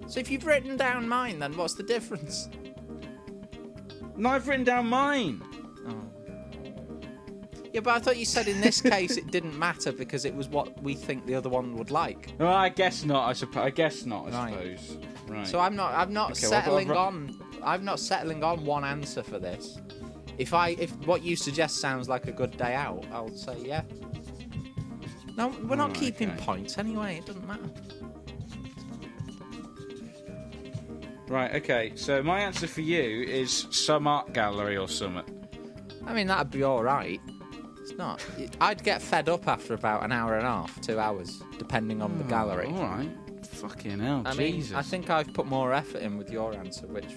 So if you've written down mine, then what's the difference?
no, I've written down mine.
Yeah, but I thought you said in this case it didn't matter because it was what we think the other one would like.
No, Oh, I guess not. I suppose. I guess not. I
Right.
suppose. Right.
So I'm not I'm not
Okay, well, I've-
settling
I've-
on I'm not settling on one answer for this. If I if what you suggest sounds like a good day out, I'll say yeah. No, we're not
Right,
keeping
Oh, okay.
points anyway. It doesn't matter.
Right. Okay. So my answer for you is some art gallery or something.
I mean that'd be all right. It's not. I'd get fed up after about an hour and a half, two hours, depending on the gallery.
All right. Fucking hell.
I mean,
Hmm. Oh, Jesus.
I think I've put more effort in with your answer, which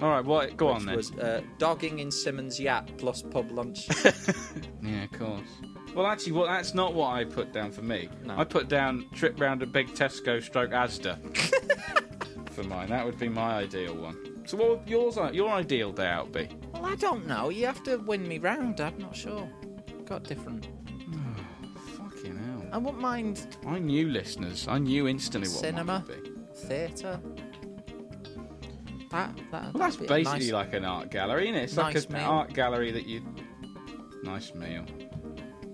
All right. Well, go
which
on then.
was uh, dogging in Simmons' yacht plus pub lunch.
Yeah, of course. Well, actually, well, that's not what I put down for me. I put down trip round a big Tesco stroke Asda for mine. That would be my ideal one. So, what would yours, uh, your ideal day out be?
Well, I don't know. You have to win me round. I'm not sure. Got different.
Fucking hell.
I wouldn't mind
I knew listeners. I knew instantly what
cinema,
Mine would be.
theatre. That, that
Well, that's
that'd be a
basically
nice-
like an art gallery, isn't it? It's
Nice
like an
meal.
art gallery that you. Nice meal.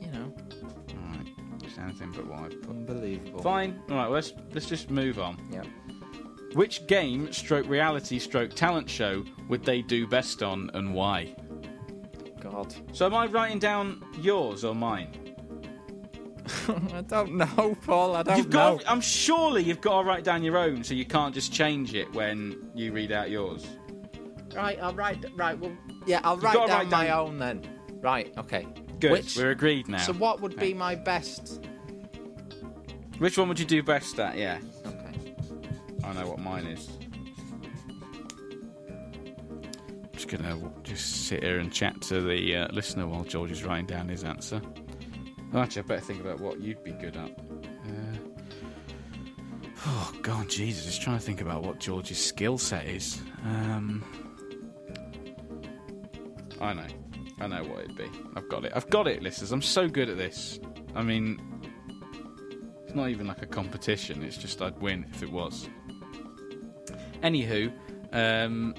you know
All right. It's anything but what I've put.
unbelievable.
Fine. All right. Let's let's just move on.
Yeah.
Which game, stroke reality, stroke talent show would they do best on and why?
God.
So am I writing down yours or mine?
I don't know, Paul. I don't
You've
know.
got. I'm surely you've got to write down your own, so you can't just change it when you read out yours.
Right, I'll write. Right, well.
Yeah, I'll
You've
write
gotta
down
write
my
down-
own then. Right, okay.
Good.
Which-
We're agreed now.
So what would be my best?
Which one would you do best at? Yeah. Okay. I know what mine is. just gonna just sit here and chat to the uh, listener while George is writing down his answer. Well, actually, I better think about what you'd be good at. Uh, oh God, Jesus! Just trying to think about what George's skill set is. Um, I know, I know what it'd be. I've got it. I've got it, listeners. I'm so good at this. I mean, it's not even like a competition. It's just I'd win if it was. Anywho, um,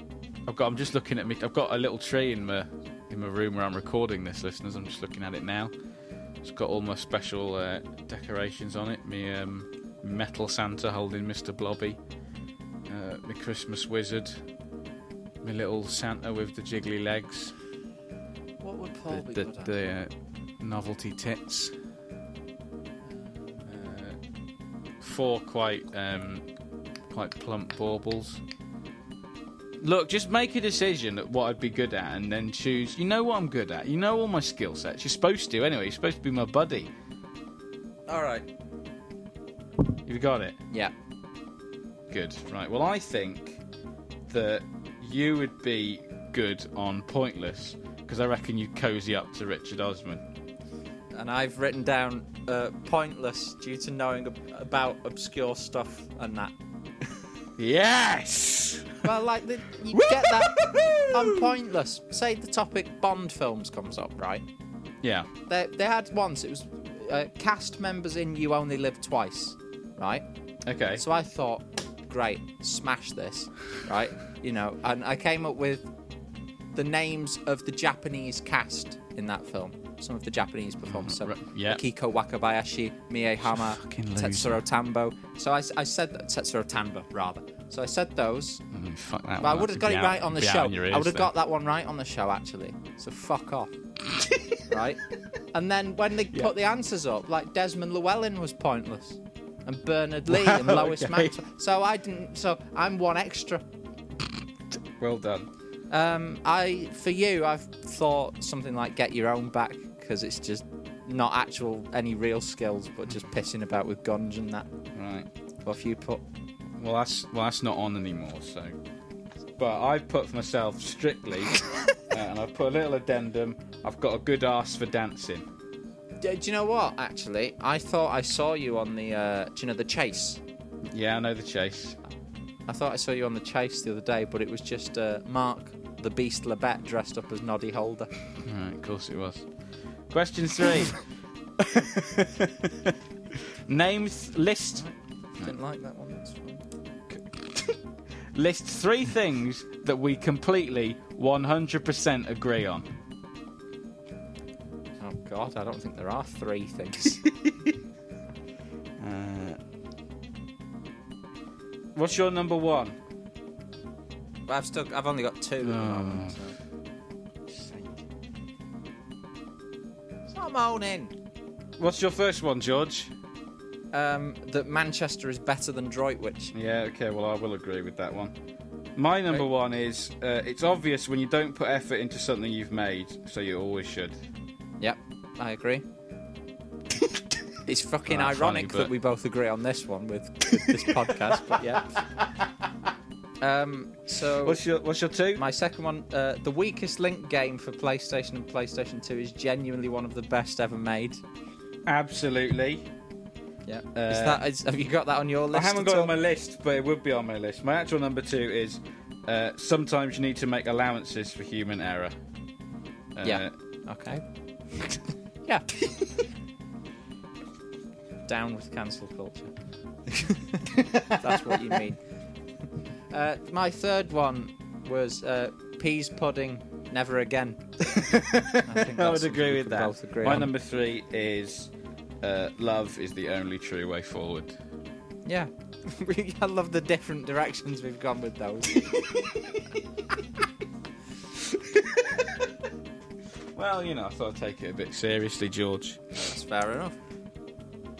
I've got. I'm just looking at me. I've got a little tree in my in my room where I'm recording this, listeners. I'm just looking at it now. It's got all my special uh, decorations on it. Me um, metal Santa holding Mr. Blobby. Uh, my Christmas wizard. My little Santa with the jiggly legs.
What would Paul be
The,
good
the,
at?
the uh, novelty tits. Uh, four quite um, quite plump baubles. Look, just make a decision at what I'd be good at, and then choose. You know what I'm good at. You know all my skill sets. You're supposed to anyway. You're supposed to be my buddy.
All right.
You've got it.
Yeah.
Good. Right. Well, I think that you would be good on pointless because I reckon you would cozy up to Richard Osman.
And I've written down uh, pointless due to knowing ab- about obscure stuff and that.
Yes.
Well, like the, you get that. I'm pointless. Say the topic Bond films comes up, right?
Yeah.
They they had once. It was uh, cast members in You Only Live Twice, right?
Okay.
So I thought, great, smash this, right? You know, and I came up with the names of the Japanese cast in that film. Some of the Japanese performers. So
Mm, yeah.
Akiko Wakabayashi, Miehama, Tetsuro Tambo. So I, s- I said that, Tetsuro Tambo, rather. So I said those.
Mm, fuck that.
But I
one.
would have
That'd
got
be
it
out-
right on the
be out
show.
in your
I
ears
would have
then.
got that one right on the show, actually. So fuck off. right? And then when they put the answers up, like Desmond Llewellyn was pointless, and Bernard Lee and
Wow,
Lois
okay.
Maxwell. So I didn't. So I'm one extra.
Well done.
Um, I for you, I've thought something like get your own back because it's just not actual any real skills, but just pissing about with guns and that.
Right.
What have you put?
Well, that's well, that's not on anymore. So, but I put for myself strictly, uh, and I put a little addendum. I've got a good ass for dancing.
Do, do you know what? Actually, I thought I saw you on the. Uh, do you know the chase?
Yeah, I know the chase.
I thought I saw you on the chase the other day, but it was just uh, Mark the Beast Labette dressed up as Noddy Holder.
Right, of course it was. Question three. Name th- list.
Didn't like that one. That's fine.
List three things that we completely 100% agree on.
Oh God, I don't think there are three things.
uh, what's your number one?
But I've still, I've only got two. at the moment, so. Stop moaning.
What's your first one, George?
Um, that Manchester is better than Droitwich.
Yeah, okay, well, I will agree with that one. My number one is uh, it's obvious when you don't put effort into something you've made, so you always should.
Yep, I agree. It's fucking
Well, that's funny,
ironic
but-
that we both agree on this one with, with this podcast, but yeah. Um, so
what's your what's your two?
My second one, uh, the weakest link game for PlayStation and PlayStation Two is genuinely one of the best ever made.
Absolutely.
Yeah. is
Uh,
that, is, have you got that on your
I
list?
haven't
at
got it
all?
on my list, but it would be on my list. My actual number two is uh, sometimes you need to make allowances for human error. Uh,
Yeah. Okay. yeah. Down with cancel culture. That's what you mean. Uh, my third one was uh, peas pudding. Never again. I, think
I
that's
would
something
agree
we
with
could
that.
both agree
my
on.
number three is uh, love is the only true way forward.
Yeah. I love the different directions we've gone with those.
Well, you know, I thought I'd take it a bit seriously, George. That's
fair enough.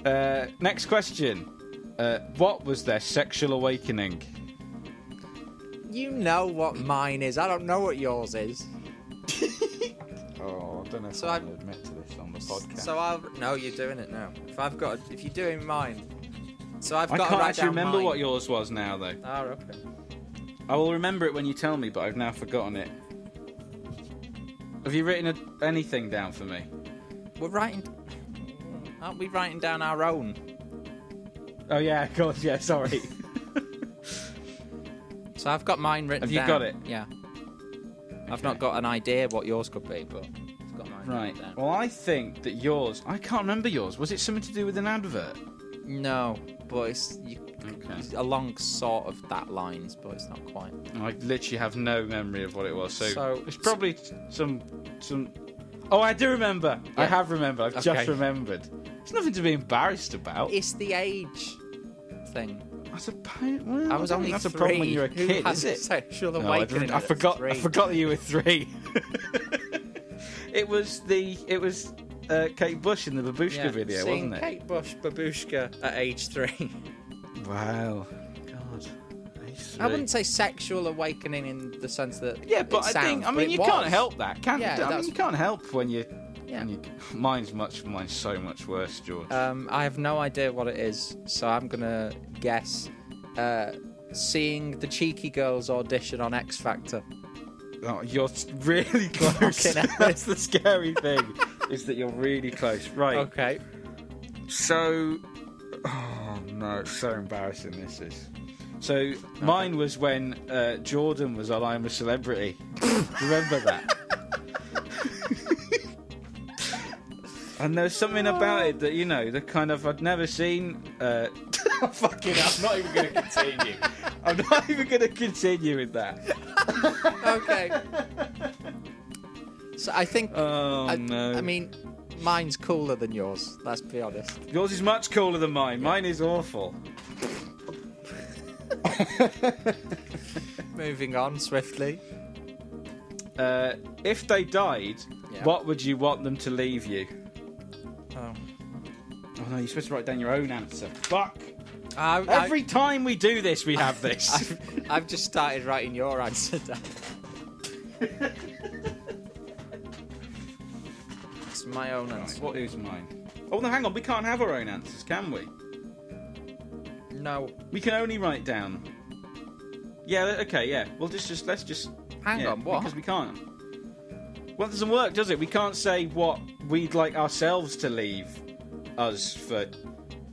Uh, next question. Uh, what was their sexual awakening?
you know what mine is. I don't know what yours is.
Oh, I don't know if
So
I
I've-
can admit to this on the podcast.
So I'll no, you're doing it now. If I've got, if you're doing mine, so I've
I
got
can't
to write
actually
down
remember
mine.
what yours was now, though.
Oh, okay.
I will remember it when you tell me, but I've now forgotten it. Have you written a, anything down for me?
We're writing. Aren't we writing down our own?
Oh yeah, of course. Yeah, sorry.
So I've got mine written.
Have you
down.
got it?
Yeah. I've not got an idea what yours could be, but I've got mine.
Right. Well, I think that yours. I can't remember yours. Was it something to do with an advert?
No, but it's, you, it's along sort of that lines, but it's not quite.
I literally have no memory of what it was. So,
So-
it's probably some some. Oh, I do remember. I
Yeah.
have remembered. I've
Okay.
just remembered. It's nothing to be embarrassed about.
It's the age thing.
I suppose. Well,
I was
don't
only
think that's
three.
a problem when you're a
Who
kid,
has
is it?
Sexual
No, I,
awakening.
don't- I
at
forgot. I
three?
forgot that you were three. it was the. It was uh, Kate Bush in the Babushka
Yeah,
video,
seeing
wasn't it?
Kate Bush babushka at age three.
Wow. God.
I wouldn't say sexual awakening in the sense that
Yeah, but
it
I
sounds,
think I
but
mean
it
you
was.
can't help that, can
yeah,
you? I mean,
that's-
you can't help when you.
Yeah.
when you- mine's much. Mine's so much worse, George.
Um, I have no idea what it is, so I'm gonna guess. Uh, seeing the cheeky girls audition on X Factor.
Oh, you're really close. That's the scary thing, is that you're really close. Right.
Okay.
So, oh no, it's so embarrassing this is. So mine was when uh, Jordan was on I'm a Celebrity. Remember that? and there was something about it that you know, the kind of I'd never seen. Uh, fucking, I'm not even going to continue. I'm not even going to continue with that.
okay. So I think.
Oh
I,
no.
I mean, mine's cooler than yours. Let's be honest.
Yours is much cooler than mine. Mine is awful.
Moving on swiftly.
Uh, if they died,
Yeah.
what would you want them to leave you?
Oh.
Oh no, you're supposed to write down your own answer. Fuck!
I, I-
Every time we do this, we have this.
I've, I've just started writing your answer down. it's my own answer.
What is mine? Oh no, hang on, we can't have our own answers, can we?
No.
We can only write down. Yeah, okay, yeah. Well, just, just let's just.
Hang
yeah,
on, what?
Because we can't. Well, it doesn't work, does it? We can't say what we'd like ourselves to leave us for.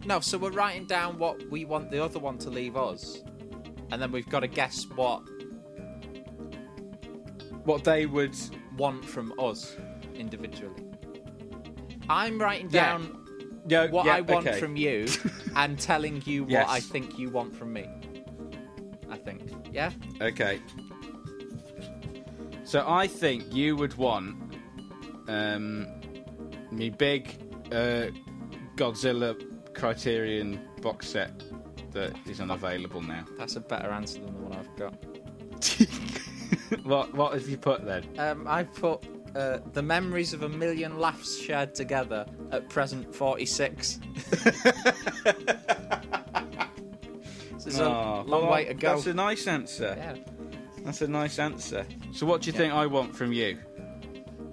No, so we're writing down what we want the other one to leave us, and then we've got to guess what
what they would
want from us individually. I'm writing
Yeah.
down
Yeah,
what
yeah,
I want
okay.
from you and telling you
Yes.
what I think you want from me. I think. Yeah?
Okay. So I think you would want um, me big uh, Godzilla Criterion box set that is unavailable now.
That's a better answer than the one I've got.
what What have you put then?
Um, I put uh, the memories of a million laughs shared together at present 46. so it's a
Aw,
long
well,
way to go.
Oh, That's a nice answer.
Yeah.
That's a nice answer. So what do you think I want from you?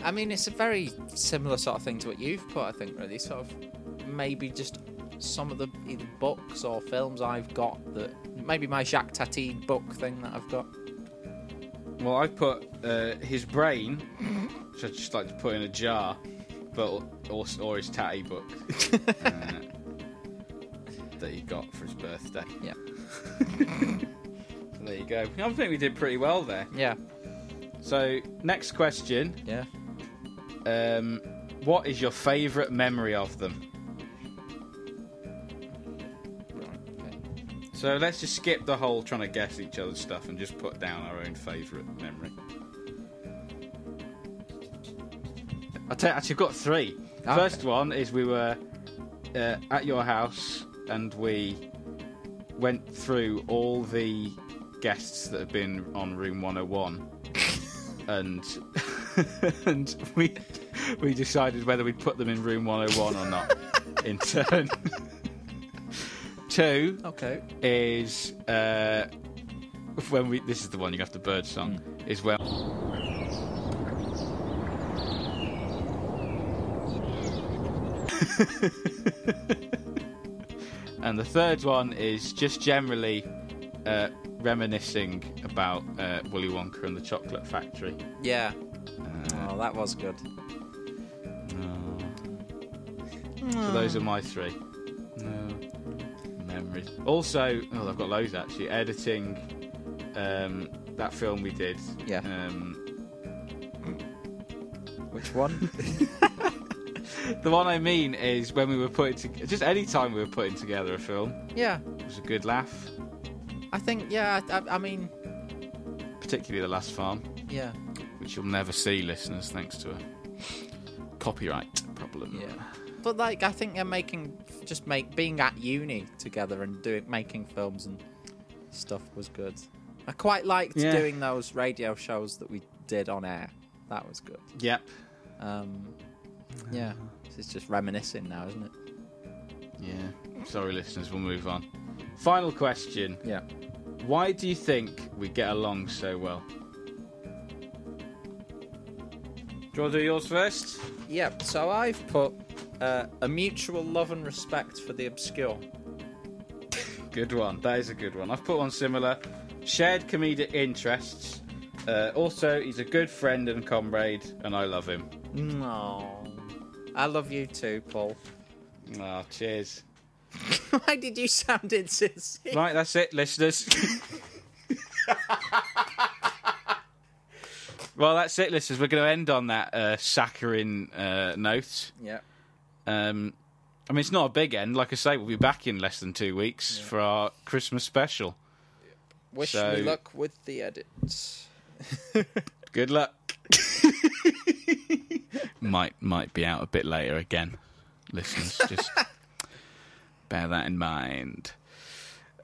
I mean, it's a very similar sort of thing to what you've put, I think, really. Sort of maybe just some of the either books or films I've got that maybe my Jacques Tati book thing that I've got.
Well, I put uh, his brain, which I just like to put in a jar, but or, or his tatty book uh, that he got for his birthday.
Yeah.
so there you go. I think we did pretty well there.
Yeah.
So next question.
Yeah.
Um, what is your favourite memory of them? So let's just skip the whole trying to guess each other's stuff and just put down our own favourite memory. I tell you, actually, I've got three. First one is we were uh, at your house and we went through all the guests that have been on Room 101, and and we we decided whether we'd put them in Room 101 or not in turn. Two
okay.
is uh, when we. This is the one you have to bird song. Is when. and the third one is just generally uh, reminiscing about uh, Willy Wonka and the Chocolate Factory.
Yeah. oh, that was good.
So those are my three. No memories. Also, oh, I've got loads actually. Editing um, that film we did.
Yeah.
Um,
Which one?
the one I mean is when we were putting to- just any time we were putting together a film.
Yeah.
It was a good laugh,
I think, yeah, I, I, I mean,
particularly the last farm,
yeah.
which you'll never see, listeners, thanks to a copyright problem. Yeah.
But like, I think they're making just make being at uni together and doing making films and stuff was good. I quite liked
Yeah.
doing those radio shows that we did on air. That was good.
Yep.
Um, yeah, it's just reminiscing now, isn't it?
Yeah. Sorry, listeners, we'll move on. Final question.
Yeah.
Why do you think we get along so well? Do you want to do yours first?
Yep. So I've put uh, a mutual love and respect for the obscure.
Good one. That is a good one. I've put one similar. Shared comedic interests. Uh, also, he's a good friend and comrade, and I love him.
No, I love you too, Paul.
Ah, cheers.
Why did you sound insincere?
Right, that's it, listeners. well, that's it, listeners. We're going to end on that uh, saccharine uh, note.
Yeah.
Um, I mean, it's not a big end. Like I say, we'll be back in less than two weeks for our Christmas special.
Wish
So-
me luck with the edits.
Good luck. might might be out a bit later again, listeners. Just bear that in mind.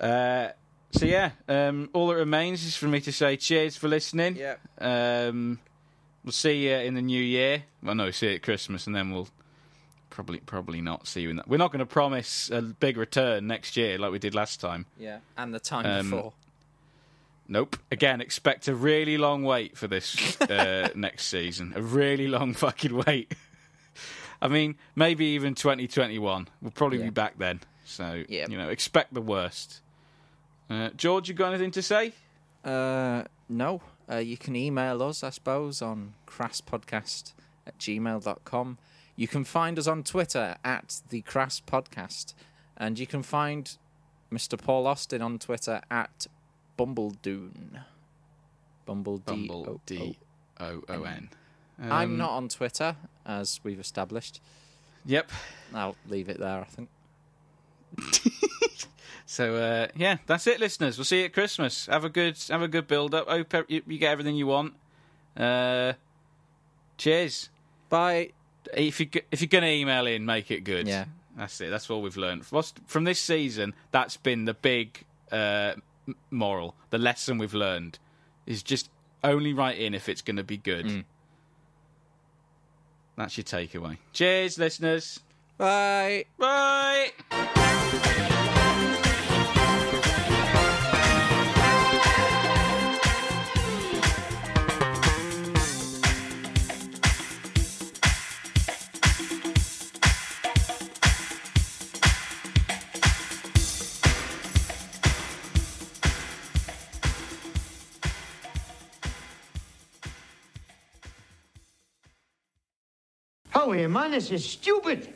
Uh, so yeah, um, all that remains is for me to say cheers for listening.
Yeah.
Um, we'll see you in the new year. Well, no, see you at Christmas, and then we'll probably probably not see you in that. We're not going to promise a big return next year like we did last time.
Yeah, and the time
Um,
before.
Nope. Again, expect a really long wait for this uh, next season. A really long fucking wait. I mean, maybe even 2021. We'll probably be back then. So, you know, expect the worst. Uh, George, you got anything to say?
Uh, no. Uh, you can email us, I suppose, on crasspodcast at gmail.com. You can find us on Twitter at the Crass Podcast. And you can find Mr. Paul Austin on Twitter at Bumbledoon. Bumble D
Bumble
O
D O O N.
I'm
Um,
not on Twitter, as we've established.
Yep.
I'll leave it there, I think.
So uh, yeah, that's it, listeners. We'll see you at Christmas. Have a good have a good build up. Hope e-, you, you get everything you want. Uh, cheers.
Bye.
If you if you're gonna email in, make it good.
Yeah.
that's it. That's all we've learned What's- from this season. That's been the big uh, m- moral, the lesson we've learned is just only write in if it's gonna be good. That's your takeaway. Cheers, listeners.
Bye.
Bye.
Howie, man, Oh, this is stupid.